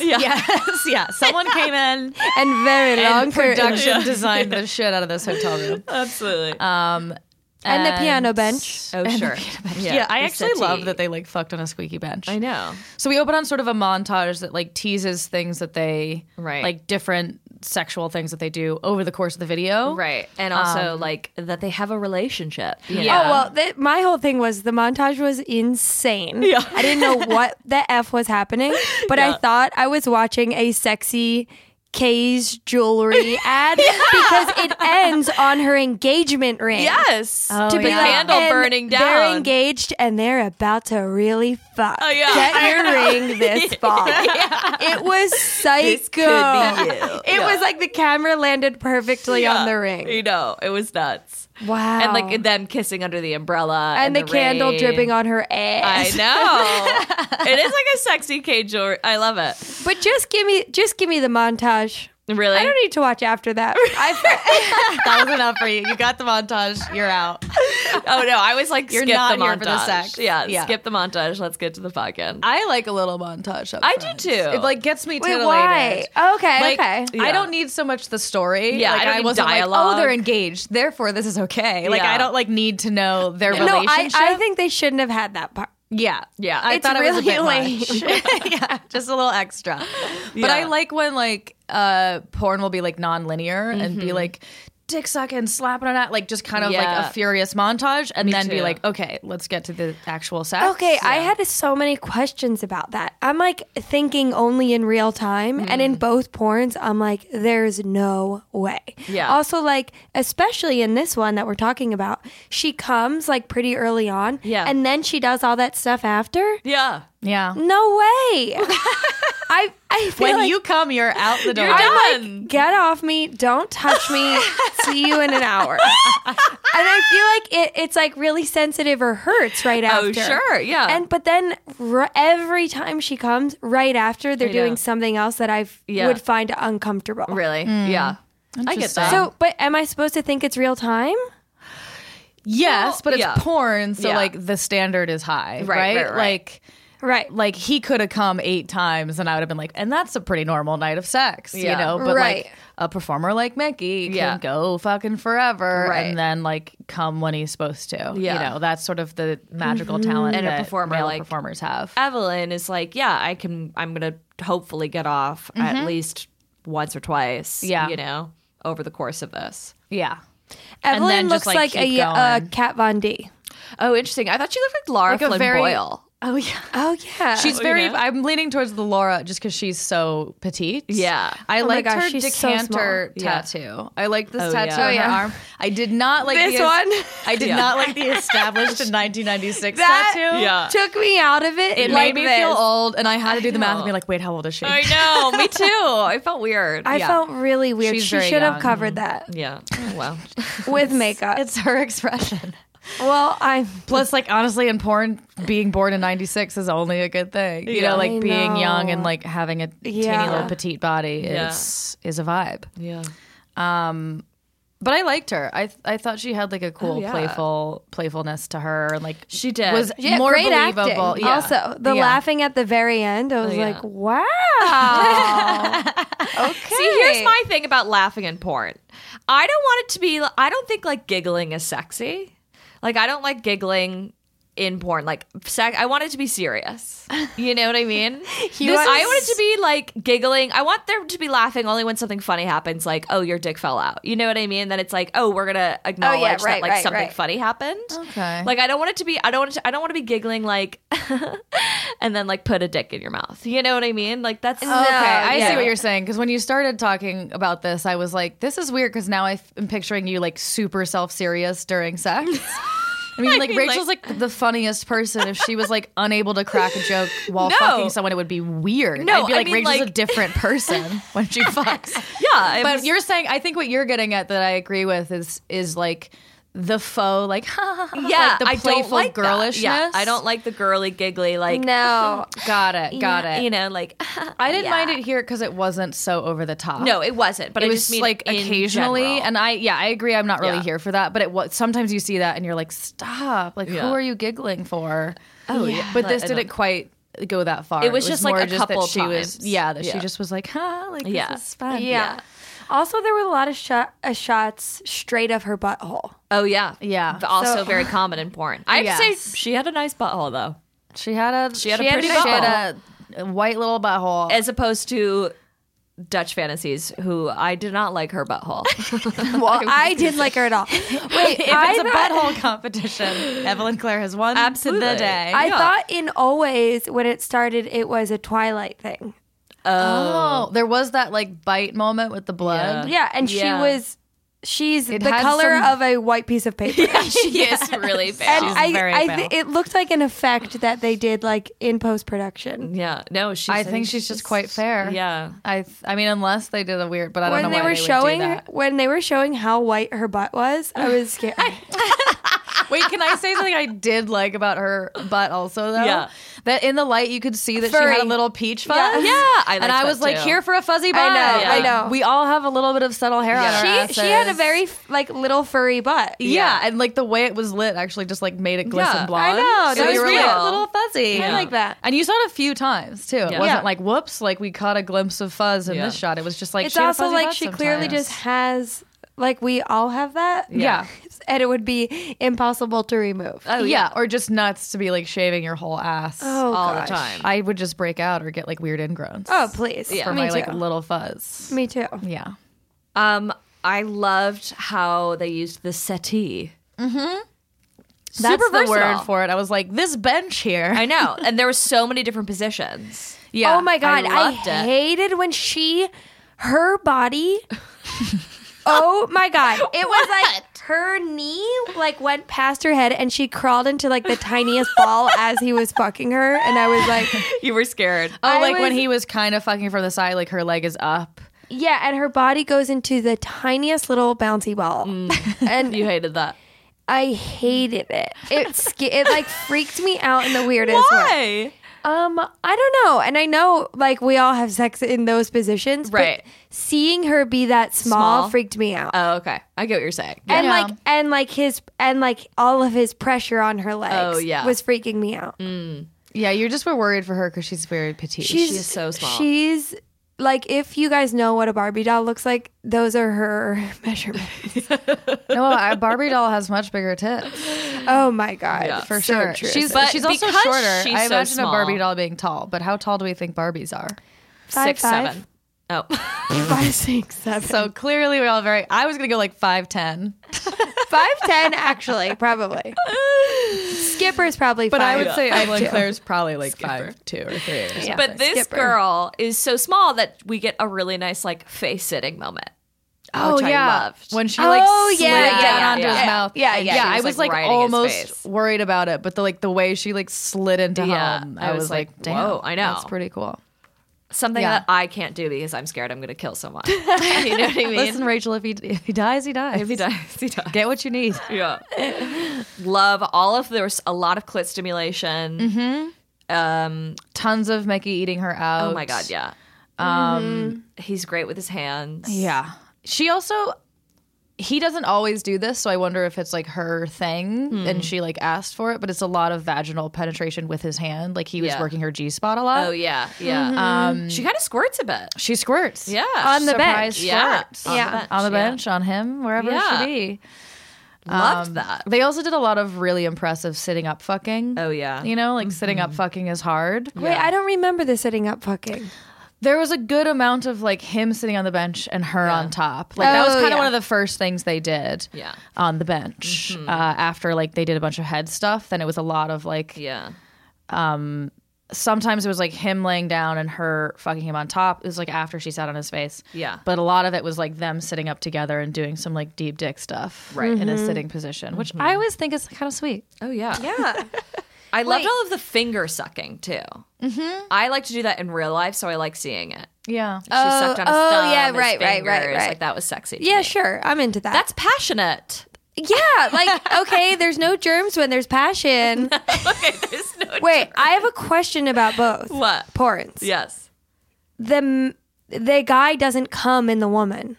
S2: Yeah. Yes. Yeah. Someone came in.
S4: and very long
S3: and
S4: curtains.
S3: production designed the shit out of this hotel room.
S2: Absolutely.
S4: and the piano bench.
S2: oh sure.
S3: Yeah, I
S2: Uh, the
S3: actually love
S2: settee.
S3: that they like fucked on a squeaky bench.
S2: I know.
S3: So we open on sort of a montage that like teases things that they
S2: Right.
S3: like different sexual things that they do over the course of the video.
S2: Right. And also like that they have a relationship. you know?
S3: Yeah.
S4: Oh well, th- my whole thing was the montage was insane. Yeah. I didn't know what the f was happening, but I thought I was watching a sexy Kay's jewelry ad because it ends on her engagement ring.
S2: Yes. Oh,
S4: To be
S3: yeah.
S4: like,
S2: Candle
S4: and
S2: burning
S4: They're
S2: down.
S4: engaged and they're about to really fuck. Oh,
S2: yeah.
S4: Get your ring this fall. It was psycho.
S2: could be you.
S4: It was like the camera landed perfectly on the ring.
S2: You know, it was nuts.
S4: Wow.
S2: And like them kissing under Oh. the umbrella
S4: and, the, candle
S2: rain.
S4: dripping on her ass.
S2: I know. it is like a sexy K jewelry. I love it.
S4: But just give me just give me the montage.
S2: Really?
S4: I don't need to watch after that. I
S3: that was enough for you. You got the montage. You're out.
S2: oh no, I was like
S3: You're
S2: skip
S3: not
S2: the montage.
S3: here for the sex.
S2: Yeah,
S3: Yeah.
S2: skip the montage. Let's get to the fucking.
S3: I like a little montage. Up
S2: I do
S3: front.
S2: too.
S3: It like gets me titillated.
S4: why? Okay,
S3: Like,
S4: okay.
S2: Yeah.
S3: I don't need so much the story.
S2: Yeah,
S3: like,
S2: I don't need
S3: wasn't like,
S2: dialogue.
S3: oh, they're engaged. Therefore, this is okay. Like
S2: Yeah.
S3: I don't like need to know their
S4: no, I,
S3: relationship.
S4: I think they shouldn't have had that part.
S3: Yeah,
S2: Yeah.
S3: I
S2: It's
S3: thought it was a bit
S4: really
S3: much. yeah, just a little extra. But I
S2: Yeah.
S3: like when like uh, porn will be like non-linear and be like dick sucking, slapping on that, like just kind of
S2: Mm-hmm. Yeah.
S3: like a furious montage, and then be
S2: too.
S3: like, okay, let's get to the actual sex.
S4: Okay, I had so many questions about that. I'm like thinking only in real time, and in both porns, I'm like, there's no way.
S2: Yeah.
S4: Also, like, especially in this one that we're talking about, she comes like pretty early on,
S2: Yeah.
S4: and then she does all that stuff after.
S2: yeah.
S3: yeah.
S4: No way. I I feel
S3: When
S4: like
S3: you come, you're out the door.
S4: I'm like, get off me. Don't touch me. See you in an hour. and I feel like it, it's like really sensitive or hurts right after.
S2: Oh, sure, yeah.
S4: And but then r- every time she comes, right after, they're
S2: I know.
S4: doing something else that I
S2: Yeah.
S4: would find uncomfortable.
S2: Really? Yeah. I get
S3: Interesting.
S2: that.
S4: So, but am I supposed to think it's real time?
S3: yes, but it's
S2: yeah.
S3: porn, so
S2: Yeah.
S3: like the standard is high, right?
S2: Right, right, right.
S3: Like.
S4: Right.
S3: Like he could have come eight times, and I would have been like, and that's a pretty normal night of sex,
S2: Yeah.
S3: you know. But
S4: Right.
S3: like a performer like Mickey can
S2: Yeah.
S3: go fucking forever,
S2: Right.
S3: and then like come when he's supposed to.
S2: Yeah.
S3: You know, that's sort of the magical talent
S2: And a
S3: that
S2: performer
S3: male
S2: like-
S3: performers have.
S2: Evelyn is like, yeah, I can. I'm gonna hopefully get off at least once or twice.
S3: Yeah.
S2: you know, over the course of this.
S3: Yeah,
S4: Evelyn
S3: then just,
S4: looks
S3: like,
S4: like,
S3: keep
S4: a uh,
S3: going.
S4: Cat Von D.
S2: Oh, interesting. I thought she looked like Laura
S3: a
S2: Flynn
S3: very-
S2: Boyle.
S3: Oh yeah.
S4: Oh yeah.
S3: She's very.
S2: know?
S3: I'm leaning towards the Laura just because she's so petite.
S2: Yeah.
S3: I
S4: my
S3: liked
S4: gosh,
S3: her
S4: she's so
S3: decanter
S2: small. Yeah.
S3: tattoo. I liked this
S2: Oh,
S3: tattoo
S2: yeah.
S3: on
S4: Oh,
S3: her
S4: yeah.
S3: arm. I did not like
S4: This
S3: the-
S4: one?
S3: I did
S2: Yeah.
S3: not like the established in 1996
S4: that
S3: tattoo.
S2: Yeah.
S4: took me out of it.
S3: It
S4: like
S3: made me
S4: this.
S3: feel old, and I had to do the math
S2: know.
S3: and be like, "Wait, how old is she?"
S2: I know. Me too. I felt weird.
S4: I
S2: yeah.
S4: felt really weird.
S3: She's
S4: she
S3: very
S4: should
S3: young.
S4: have covered that
S2: Yeah. Oh, wow.
S4: with makeup.
S3: It's her expression.
S4: Well, I'm
S3: Plus, like honestly, in porn, being born in '96 is only a good thing. You
S2: Yeah.
S3: know, like
S4: I
S3: being young and
S4: know.
S3: like having a
S4: Yeah.
S3: teeny little petite body is is a vibe.
S2: yeah.
S3: Um, but I liked her. I I thought she had like a cool,
S2: yeah.
S3: playful playfulness to her, and like
S2: She did.
S3: was
S4: yeah,
S3: more
S4: great
S3: believable.
S4: acting.
S3: Yeah.
S4: Also, the
S3: Yeah.
S4: laughing at the very end, I was
S2: yeah.
S4: like, wow. okay.
S2: See, here's my thing about laughing in porn. I don't want it to be. I don't think like giggling is sexy. Like I don't like giggling in porn. Like sec- I want it to be serious. You know what I mean? This-
S4: want-
S2: I want it to be like giggling. I want there to be laughing only when something funny happens. Like oh, your dick fell out. You know what I mean? Then it's like oh, we're gonna acknowledge that
S4: right,
S2: like
S4: right,
S2: something
S4: right.
S2: funny happened.
S3: Okay.
S2: Like I don't want it to be. I don't want. It to, I don't want to be giggling like, and then like put a dick in your mouth. You know what I mean? Like that's
S4: No.
S3: Okay, I
S4: Yeah.
S3: see what you're saying. Because when you started talking about this, I was like, this is weird because now I f- am picturing you like super self serious during sex. I mean,
S2: I
S3: like
S2: mean,
S3: Rachel's like, the funniest person. If she was like unable to crack a joke while
S2: No.
S3: fucking someone, it would be weird.
S2: No,
S3: I'd be
S2: I
S3: like
S2: mean,
S3: Rachel's
S2: like-
S3: a different person when she fucks.
S2: Yeah, it
S3: but
S2: was-
S3: you're saying I think what you're getting at that I agree with is is like the faux like ha, ha, ha,
S2: yeah,
S3: like the
S2: I
S3: playful
S2: don't like that.
S3: girlishness.
S2: Yeah, I don't like the girly giggly like.
S4: No.
S3: Got it. Got
S2: yeah,
S3: it.
S2: You know, like
S3: I didn't
S2: yeah.
S3: mind it here because it wasn't so over the top.
S2: No, it wasn't. But
S3: it
S2: I
S3: was
S2: just mean
S3: like
S2: in
S3: occasionally,
S2: general.
S3: and I yeah, I agree. I'm not really
S2: Yeah.
S3: here for that, but it was sometimes you see that and you're like, stop! Like,
S2: Yeah.
S3: who are you giggling for?
S2: Oh, yeah.
S3: but this
S2: I don't-
S3: didn't quite go that far.
S2: It was just, like,
S3: more
S2: a couple
S3: that she was
S2: times.
S3: yeah that she
S2: Yeah.
S3: just was like, huh, like
S2: Yeah.
S3: this is fun.
S4: Yeah. Also, there were a lot of shot, uh, shots straight of her butthole.
S2: oh yeah,
S3: Yeah.
S2: But Also
S4: So-
S2: very common in porn. I have to
S3: Yes.
S2: say she had a nice butthole though,
S3: she had a she
S2: had a pretty
S3: She had a white little butthole.
S2: as opposed to Dutch fantasies, who I did not like her butthole.
S4: Well, I didn't like her at all. Wait,
S3: if
S4: I
S3: it's a
S4: thought-
S3: butthole competition, Evelyn Claire has won
S2: Absolutely.
S3: to the day.
S4: I
S2: Yeah.
S4: thought in always when it started, it was a Twilight thing.
S3: oh, there was that like bite moment with the blood.
S4: Yeah, and
S2: Yeah.
S4: she was, she's
S3: It
S4: the
S3: had
S4: color
S3: some-
S4: of a white piece of paper.
S2: she is really bad.
S4: And
S3: She's
S4: I,
S3: very
S4: I
S3: pale.
S4: thi- it looked like an effect that they did like in post production.
S2: yeah, no, she's.
S3: I think she's just quite fair.
S2: Yeah.
S3: I th- I mean, unless they did a weird, but I don't know
S4: When they
S3: why
S4: were
S3: would do
S4: showing
S3: that.
S4: when they were showing how white her butt was, I was scared.
S3: Wait, can I say something I did like about her butt also though?
S2: Yeah.
S3: That in the light you could see that she
S4: Furry.
S3: had a little peach fuzz.
S4: Yeah.
S2: Yeah, I
S3: and
S2: liked
S3: I
S2: that
S3: was like,
S2: too.
S3: here for a fuzzy butt.
S4: know,
S2: I
S3: Like,
S4: know.
S3: We all have a little bit of subtle hair on our
S4: she she had a
S3: asses.
S4: very like little furry butt.
S3: yeah. and like the way it was lit actually just like made it glisten
S2: Yeah.
S3: blonde.
S4: I know,
S3: So
S4: that
S3: you
S4: was
S3: were
S4: real.
S3: like a little fuzzy.
S4: I like that.
S3: And you saw it a few times too. It
S2: Yeah.
S3: wasn't
S4: Yeah.
S3: like whoops, like we caught a glimpse of fuzz in
S2: Yeah.
S3: this shot. It was just like
S4: it's
S3: she had a
S4: also
S3: fuzzy
S4: like
S3: butt
S4: she clearly
S3: sometimes.
S4: just has like we all have that.
S3: Yeah.
S4: and it would be impossible to remove.
S3: Oh, yeah, or just nuts to be like shaving your whole ass.
S4: Oh,
S2: all
S4: gosh.
S2: the time.
S3: I would just break out or get like weird ingrowns.
S4: Oh please.
S3: for
S4: Me
S3: my
S4: too.
S3: like little fuzz.
S4: Me too.
S3: Yeah.
S2: Um, I loved how they used the settee. Mm-hmm.
S3: That's the word for it. I was like, this bench here.
S2: I know, and there were so many different positions.
S3: yeah.
S4: oh my god, I,
S2: loved it.
S4: hated when she her body Oh my god. It was like her knee like went past her head and she crawled into like the tiniest ball as he was fucking her and I was like
S2: You were scared.
S3: Oh,
S4: I
S3: like when
S4: was-
S3: he was kind of fucking from the side, like her leg is up.
S4: yeah and her body goes into the tiniest little bouncy ball
S2: Mm.
S4: and
S2: You hated that.
S4: I hated it it sca- it like freaked me out in the weirdest way
S2: Why?
S4: Um, I don't know, and I know like we all have sex in those positions, but
S2: Right.
S4: seeing her be that small,
S2: Small.
S4: freaked me out,
S2: Oh, okay. I get what you're saying.
S4: and
S3: Yeah.
S4: like and like his and like all of his pressure on her
S2: Oh,
S4: legs,
S2: yeah.
S4: was freaking me out.
S3: Mm, Yeah, you just were worried for her because she's very petite.
S4: She's
S2: is so small.
S4: She's like, if you guys know what a Barbie doll looks like, those are her measurements.
S3: no, oh, a Barbie doll has much bigger tits
S4: oh my god,
S3: for
S4: So
S3: sure.
S4: true.
S3: She's
S2: But
S3: she's also
S2: because
S3: shorter.
S2: she's
S3: I
S2: so
S3: imagine a
S2: small-
S3: Barbie doll being tall, but how tall do we think Barbies are?
S4: Five,
S2: Six,
S4: five.
S2: seven. Oh,
S4: five, six, seven,
S3: So clearly we're all very. I was gonna go like five ten,
S4: five, ten. Actually, probably. Skipper's probably,
S3: but I
S4: five.
S3: would say Evelyn Claire's probably like five two or three. Or something.
S2: but this
S4: Skipper.
S2: girl is so small that we get a really nice like face sitting moment.
S3: Oh
S2: which I
S3: yeah,
S2: loved.
S3: when she like
S4: Oh,
S3: slid
S4: yeah,
S3: down
S2: yeah, yeah,
S3: onto his
S2: yeah.
S3: mouth.
S4: Yeah,
S3: And
S4: yeah,
S2: she
S3: I
S2: was,
S3: was
S2: like,
S3: like,
S2: riding his face.
S3: almost worried about it, but the like the way she like slid into
S2: Yeah,
S3: home, I, was, like, damn,
S2: whoa, I know.
S3: that's pretty cool.
S2: Something
S3: Yeah.
S2: that I can't do because I'm scared I'm going to kill someone. you know what I mean?
S3: Listen, Rachel, if he if he dies, he dies.
S2: if he dies, he dies.
S3: get what you need.
S2: yeah. Love all of there was a lot of clit stimulation. Um.
S3: Tons of Mickey eating her out.
S2: Oh my god. Yeah. Um. He's great with his hands.
S3: yeah. She also. He doesn't always do this, so I wonder if it's like her thing
S2: Hmm.
S3: and she like asked for it, but it's a lot of vaginal penetration with his hand. Like he was
S2: Yeah.
S3: working her G spot a lot.
S2: Oh yeah. Yeah. Um. She kind of squirts a bit.
S3: She squirts.
S2: Yeah.
S4: On the
S3: Surprise
S4: bench.
S2: Yeah.
S3: squirts.
S2: On the
S4: Yeah.
S2: bench,
S3: on the
S2: yeah.
S3: bench on him wherever
S2: Yeah.
S3: it should be.
S2: Loved
S3: Um,
S2: that.
S3: They also did a lot of really impressive sitting up fucking.
S2: Oh, yeah.
S3: you know, like sitting up fucking is hard.
S4: Wait, I don't remember the sitting up fucking.
S3: There was a good amount of like him sitting on the bench and her on top. Like that was
S4: Oh,
S3: kind of
S4: yeah.
S3: one of the first things they did.
S2: Yeah. Mm-hmm.
S3: on the bench uh, after like they did a bunch of head stuff. Then it was a lot of like
S2: Yeah.
S3: sometimes it was like him laying down and her fucking him on top. It was like after she sat on his face.
S2: Yeah.
S3: But a lot of it was like them sitting up together and doing some like deep dick stuff. Right. Mm-hmm. In a sitting position, which I always think is kind of sweet.
S2: Oh yeah.
S4: Yeah.
S2: I loved all of the finger sucking too. Mm-hmm. I like to do that in real life, so I like seeing it.
S3: Yeah.
S2: She sucked on his
S4: oh,
S2: thumb,
S4: yeah,
S2: his
S4: right, right, right,
S2: fingers,
S4: right.
S2: Like that was sexy. to
S4: yeah,
S2: me.
S4: sure. I'm into that.
S2: That's passionate.
S4: yeah, like okay, there's no germs when there's passion.
S2: okay, there's no
S4: Wait, I have a question about both.
S2: What?
S4: Porns.
S2: Yes.
S4: The m- the guy doesn't come in the woman.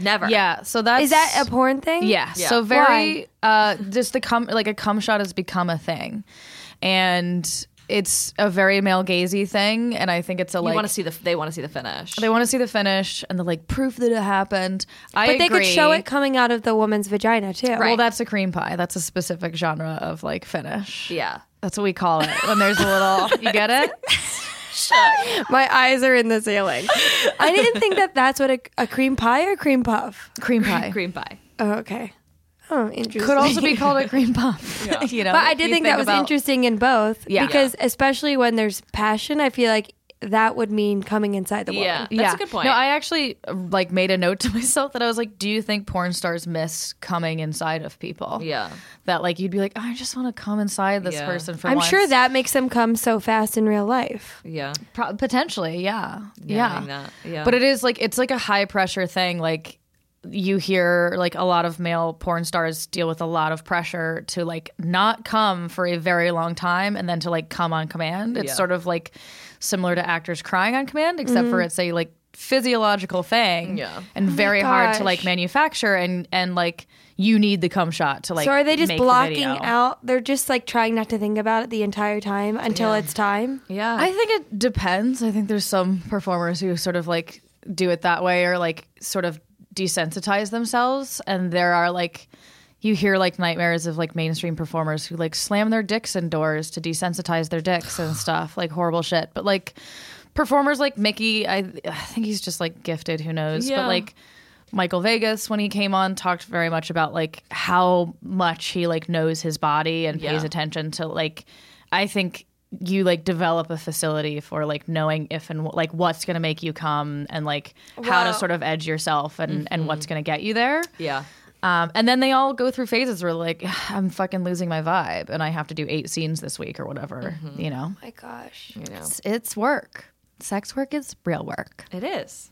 S2: Never.
S3: Yeah. So that's
S4: Is that a porn thing?
S3: Yeah.
S2: Yeah.
S3: So very uh just the cum like a cum shot has become a thing. And it's a very male gazy thing and I think it's a
S2: You
S3: like
S2: want to see the they want to see the finish.
S3: they want to see the finish and the like proof that it happened. I
S4: But they could show
S3: agree.
S4: it coming out of the woman's vagina too.
S3: Well, that's a cream pie. That's a specific genre of like finish.
S2: yeah.
S3: That's what we call it when there's a little. You get it?
S4: My eyes are in the ceiling. I didn't think that that's what a, a cream pie or cream puff.
S3: Cream pie
S2: Cream pie.
S4: Oh, okay. Oh, interesting.
S3: could also be called a cream puff. you know,
S4: But I
S3: if
S4: did
S3: you
S4: think, that was
S3: about-
S4: interesting in both.
S3: Yeah.
S4: Because especially when there's passion, I feel like that would mean coming inside the woman.
S2: Yeah. That's
S3: yeah.
S2: a good point.
S3: No, I actually uh, like made a note to myself that I was like, "Do you think porn stars miss coming inside of people?"
S2: Yeah.
S3: that like you'd be like, "I just want to come inside this
S2: Yeah.
S3: person for
S4: I'm
S3: once."
S4: sure that makes them come so fast in real life.
S2: yeah.
S3: Pro- potentially, yeah,
S2: I
S3: yeah.
S2: mean that. Yeah.
S3: But it is like it's like a high pressure thing. Like you hear like a lot of male porn stars deal with a lot of pressure to like not come for a very long time and then to like come on command. It's
S2: Yeah.
S3: sort of like similar to actors crying on command, except
S4: Mm-hmm.
S3: for it's a like physiological thing.
S2: Yeah.
S3: And very hard to
S4: Oh gosh.
S3: like manufacture and and like you need the cum shot to like
S4: so are they just
S3: make the
S4: blocking
S3: video.
S4: out? They're just like trying not to think about it the entire time until it's time.
S2: yeah.
S3: I think it depends. I think there's some performers who sort of like do it that way or like sort of desensitize themselves. And there are like, you hear like nightmares of like mainstream performers who like slam their dicks in doors to desensitize their dicks and stuff, like horrible shit. But like performers like Mickey, I, I think he's just like gifted, who knows?
S2: Yeah.
S3: But like, Michael Vegas when he came on talked very much about like how much he like knows his body and
S2: Yeah.
S3: pays attention to like I think you like develop a facility for like knowing if and like what's going to make you come and like how to sort of edge yourself and and what's
S2: Mm-hmm.
S3: going to get you there.
S2: yeah.
S3: Um, and then they all go through phases where like I'm fucking losing my vibe and I have to do eight scenes this week or whatever,
S2: Mm-hmm.
S3: you know.
S4: my gosh.
S3: It's, it's work. Sex work is real work.
S2: It is.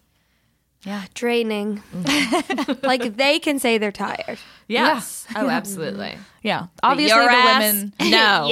S4: Ah, Draining.
S3: Mm-hmm.
S4: like they can say they're tired.
S2: Yes. Oh, absolutely.
S3: Yeah. Obviously
S2: Your
S3: the
S2: ass,
S3: women
S2: No.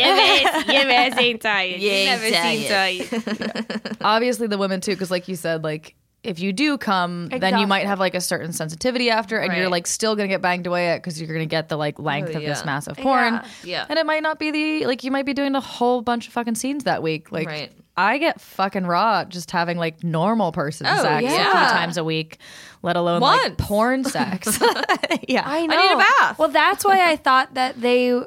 S3: obviously the women too because like you said like if you do come then you might have like a certain sensitivity after and you're
S2: Right.
S3: like still gonna get banged away at because you're gonna get the like length
S2: Oh,
S3: of this
S2: yeah.
S3: massive porn
S2: Yeah.
S3: and it might not be the like you might be doing a whole bunch of fucking scenes that week like
S2: Right.
S3: i get fucking raw just having like normal person sex a
S2: Oh, yeah.
S3: few times a week let alone
S2: Once.
S3: like porn sex yeah
S4: I know.
S2: need a bath.
S4: Well, that's why I thought that they,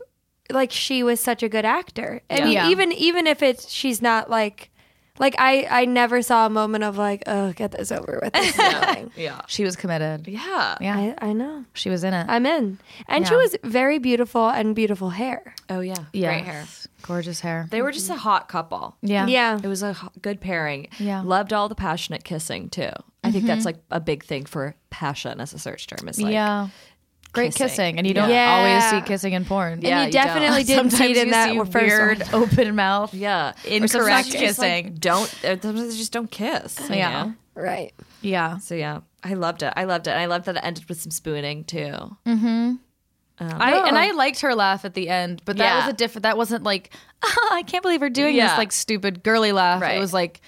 S4: like, she was such a good actor. I mean,
S3: Yeah.
S4: even even if it's she's not like, like I I never saw a moment of like, oh, get this over with. This is annoying."
S2: Yeah.
S3: she was committed
S2: Yeah.
S3: yeah
S4: I I know.
S3: she was in it
S4: I'm in, and she
S3: Yeah.
S4: was very beautiful and beautiful hair.
S2: Oh yeah.
S3: yeah
S2: Great hair.
S3: gorgeous hair
S2: They were just a hot couple.
S3: yeah
S4: Yeah.
S2: It was a h- good pairing.
S3: Yeah. Mm-hmm.
S2: Loved all the passionate kissing too. I think that's like a big thing for passion as a search term. Is like
S3: yeah great kissing,
S2: kissing.
S3: and you don't
S4: Yeah.
S3: always
S4: Yeah.
S3: see kissing in porn
S2: Yeah,
S4: and
S2: you
S4: you
S2: don't.
S4: definitely didn't see it in that first
S3: weird
S4: one.
S3: open mouth
S2: Yeah. Or
S3: incorrect
S2: sometimes you just, like,
S3: kissing.
S2: don't. or Sometimes they just don't kiss. you
S3: Yeah.
S2: know?
S4: Right.
S3: yeah
S2: So yeah, I loved it. I loved it. And I loved that it ended with some spooning too.
S3: Mm. I, and I liked her laugh at the end, but that
S2: Yeah.
S3: was a different. That wasn't like I can't believe we're doing
S2: Yeah.
S3: this like stupid girly laugh.
S2: Right.
S3: It was like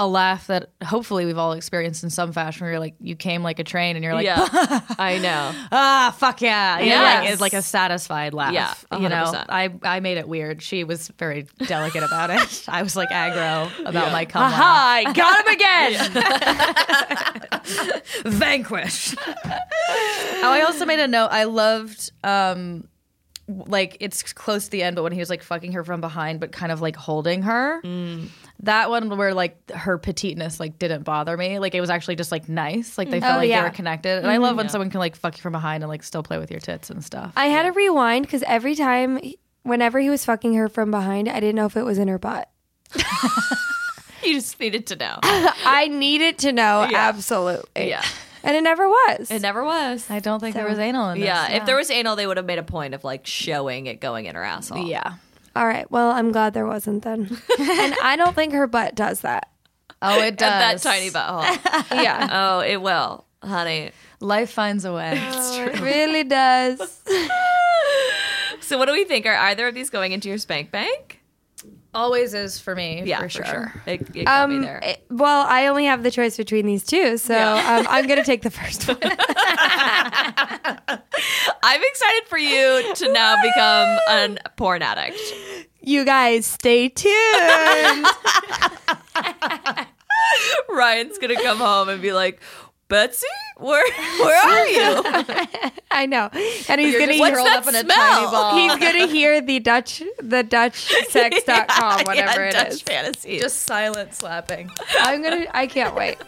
S3: a laugh that hopefully we've all experienced in some fashion. Where you're like you came like a train, and you're like
S2: yeah. I know.
S3: ah fuck yeah, yeah, like,
S2: Yes.
S3: it's like a satisfied laugh.
S2: Yeah,
S3: you know,
S2: 100%.
S3: I I made it weird. She was very delicate about it. I was like aggro about my cum laugh.
S2: Hi, got him again.
S3: vanquished. oh, I also made a note. I loved, um, like it's close to the end, but when he was like fucking her from behind, but kind of like holding her.
S2: Mm.
S3: That one where like her petiteness like didn't bother me. Like it was actually just like nice. Like they felt
S4: Oh,
S3: like
S4: yeah.
S3: they were connected. And I love when someone can like fuck you from behind and like still play with your tits and stuff.
S4: I had to rewind because every time, whenever he was fucking her from behind, I didn't know if it was in her butt.
S2: you just needed to know.
S4: I needed to know
S2: Yeah.
S4: absolutely.
S2: Yeah.
S4: And it never was.
S2: It never was.
S3: I don't think there was anal in this.
S2: yeah, if there was anal, they would have made a point of like showing it going in her asshole.
S3: Yeah.
S4: All right. Well, I'm glad there wasn't then. and I don't think her butt does that.
S3: Oh, it does.
S2: that tiny butthole.
S4: Yeah.
S2: oh, it will, honey.
S3: Life finds a way.
S4: it really does.
S2: So, what do we think? Are either of these going into your spank bank?
S3: Always is for me.
S2: Yeah,
S3: for sure.
S2: It, it got me
S4: Um,
S2: there.
S4: it- well, I only have the choice between these two, so um, I'm going to take the first one.
S2: I'm excited for you to now become an porn addict.
S4: You guys, stay tuned.
S2: Ryan's gonna come home and be like, Betsy, where where are you?
S4: I know, and he's going to
S2: What's
S4: hear.
S2: that
S3: up in a
S2: smell?
S3: tiny ball.
S4: He's going to hear the Dutch, the Dutch sex.com, whatever
S2: yeah,
S4: it
S2: Dutch
S4: is.
S2: fantasy.
S3: Just silent slapping.
S4: I'm going to, I can't wait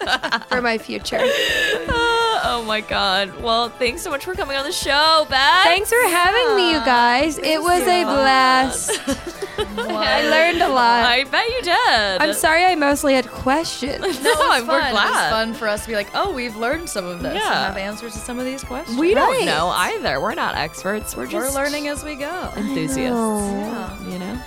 S4: for my future.
S2: Ah, oh my god. Well, thanks so much for coming on the show, Beth.
S4: Thanks for having me, you guys. It was a blast. I learned a lot.
S2: I bet you did.
S4: I'm sorry I mostly had questions.
S2: No, I'm,
S3: fun.
S2: we're
S3: It was
S2: glad.
S3: fun for us to be like, oh, we've learned some of this
S2: Yeah.
S3: and have answers to some of these questions.
S2: We
S4: Right.
S2: don't know either. We're not experts. We're
S3: We're
S2: just
S3: learning as we go.
S2: enthusiasts.
S4: Oh.
S2: You know?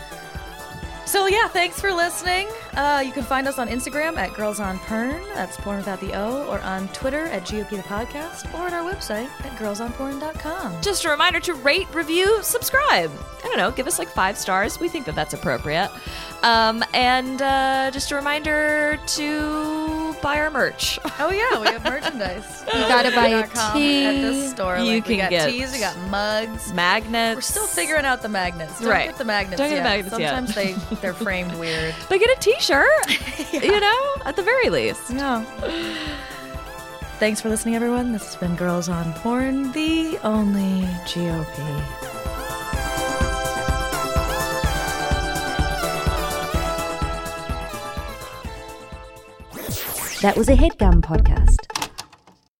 S3: So yeah, thanks for listening. Uh, you can find us on Instagram at Girls on Pern, that's porn without the O, or on Twitter at GOP the podcast, or at our website at girlsonporn.com.
S2: Just a reminder to rate, review, subscribe. I don't know, give us like five stars. We think that that's appropriate. Um, and uh, just a reminder to buy our merch.
S3: Oh yeah, we have merchandise.
S4: You gotta buy a
S3: .com
S4: tea.
S3: at this store.
S2: You
S3: Like, we
S2: can
S3: got
S2: get-
S3: teas, we got mugs.
S2: Magnets.
S3: We're still figuring out the magnets. Don't
S2: Right.
S3: get the magnets
S2: Don't get
S3: yet.
S2: the magnets yet.
S3: Sometimes they they're framed weird.
S2: But get a T-shirt. You know, at the very least.
S3: No. Thanks for listening, everyone. This has been Girls on Porn, the only GOP.
S1: That was a headgum podcast.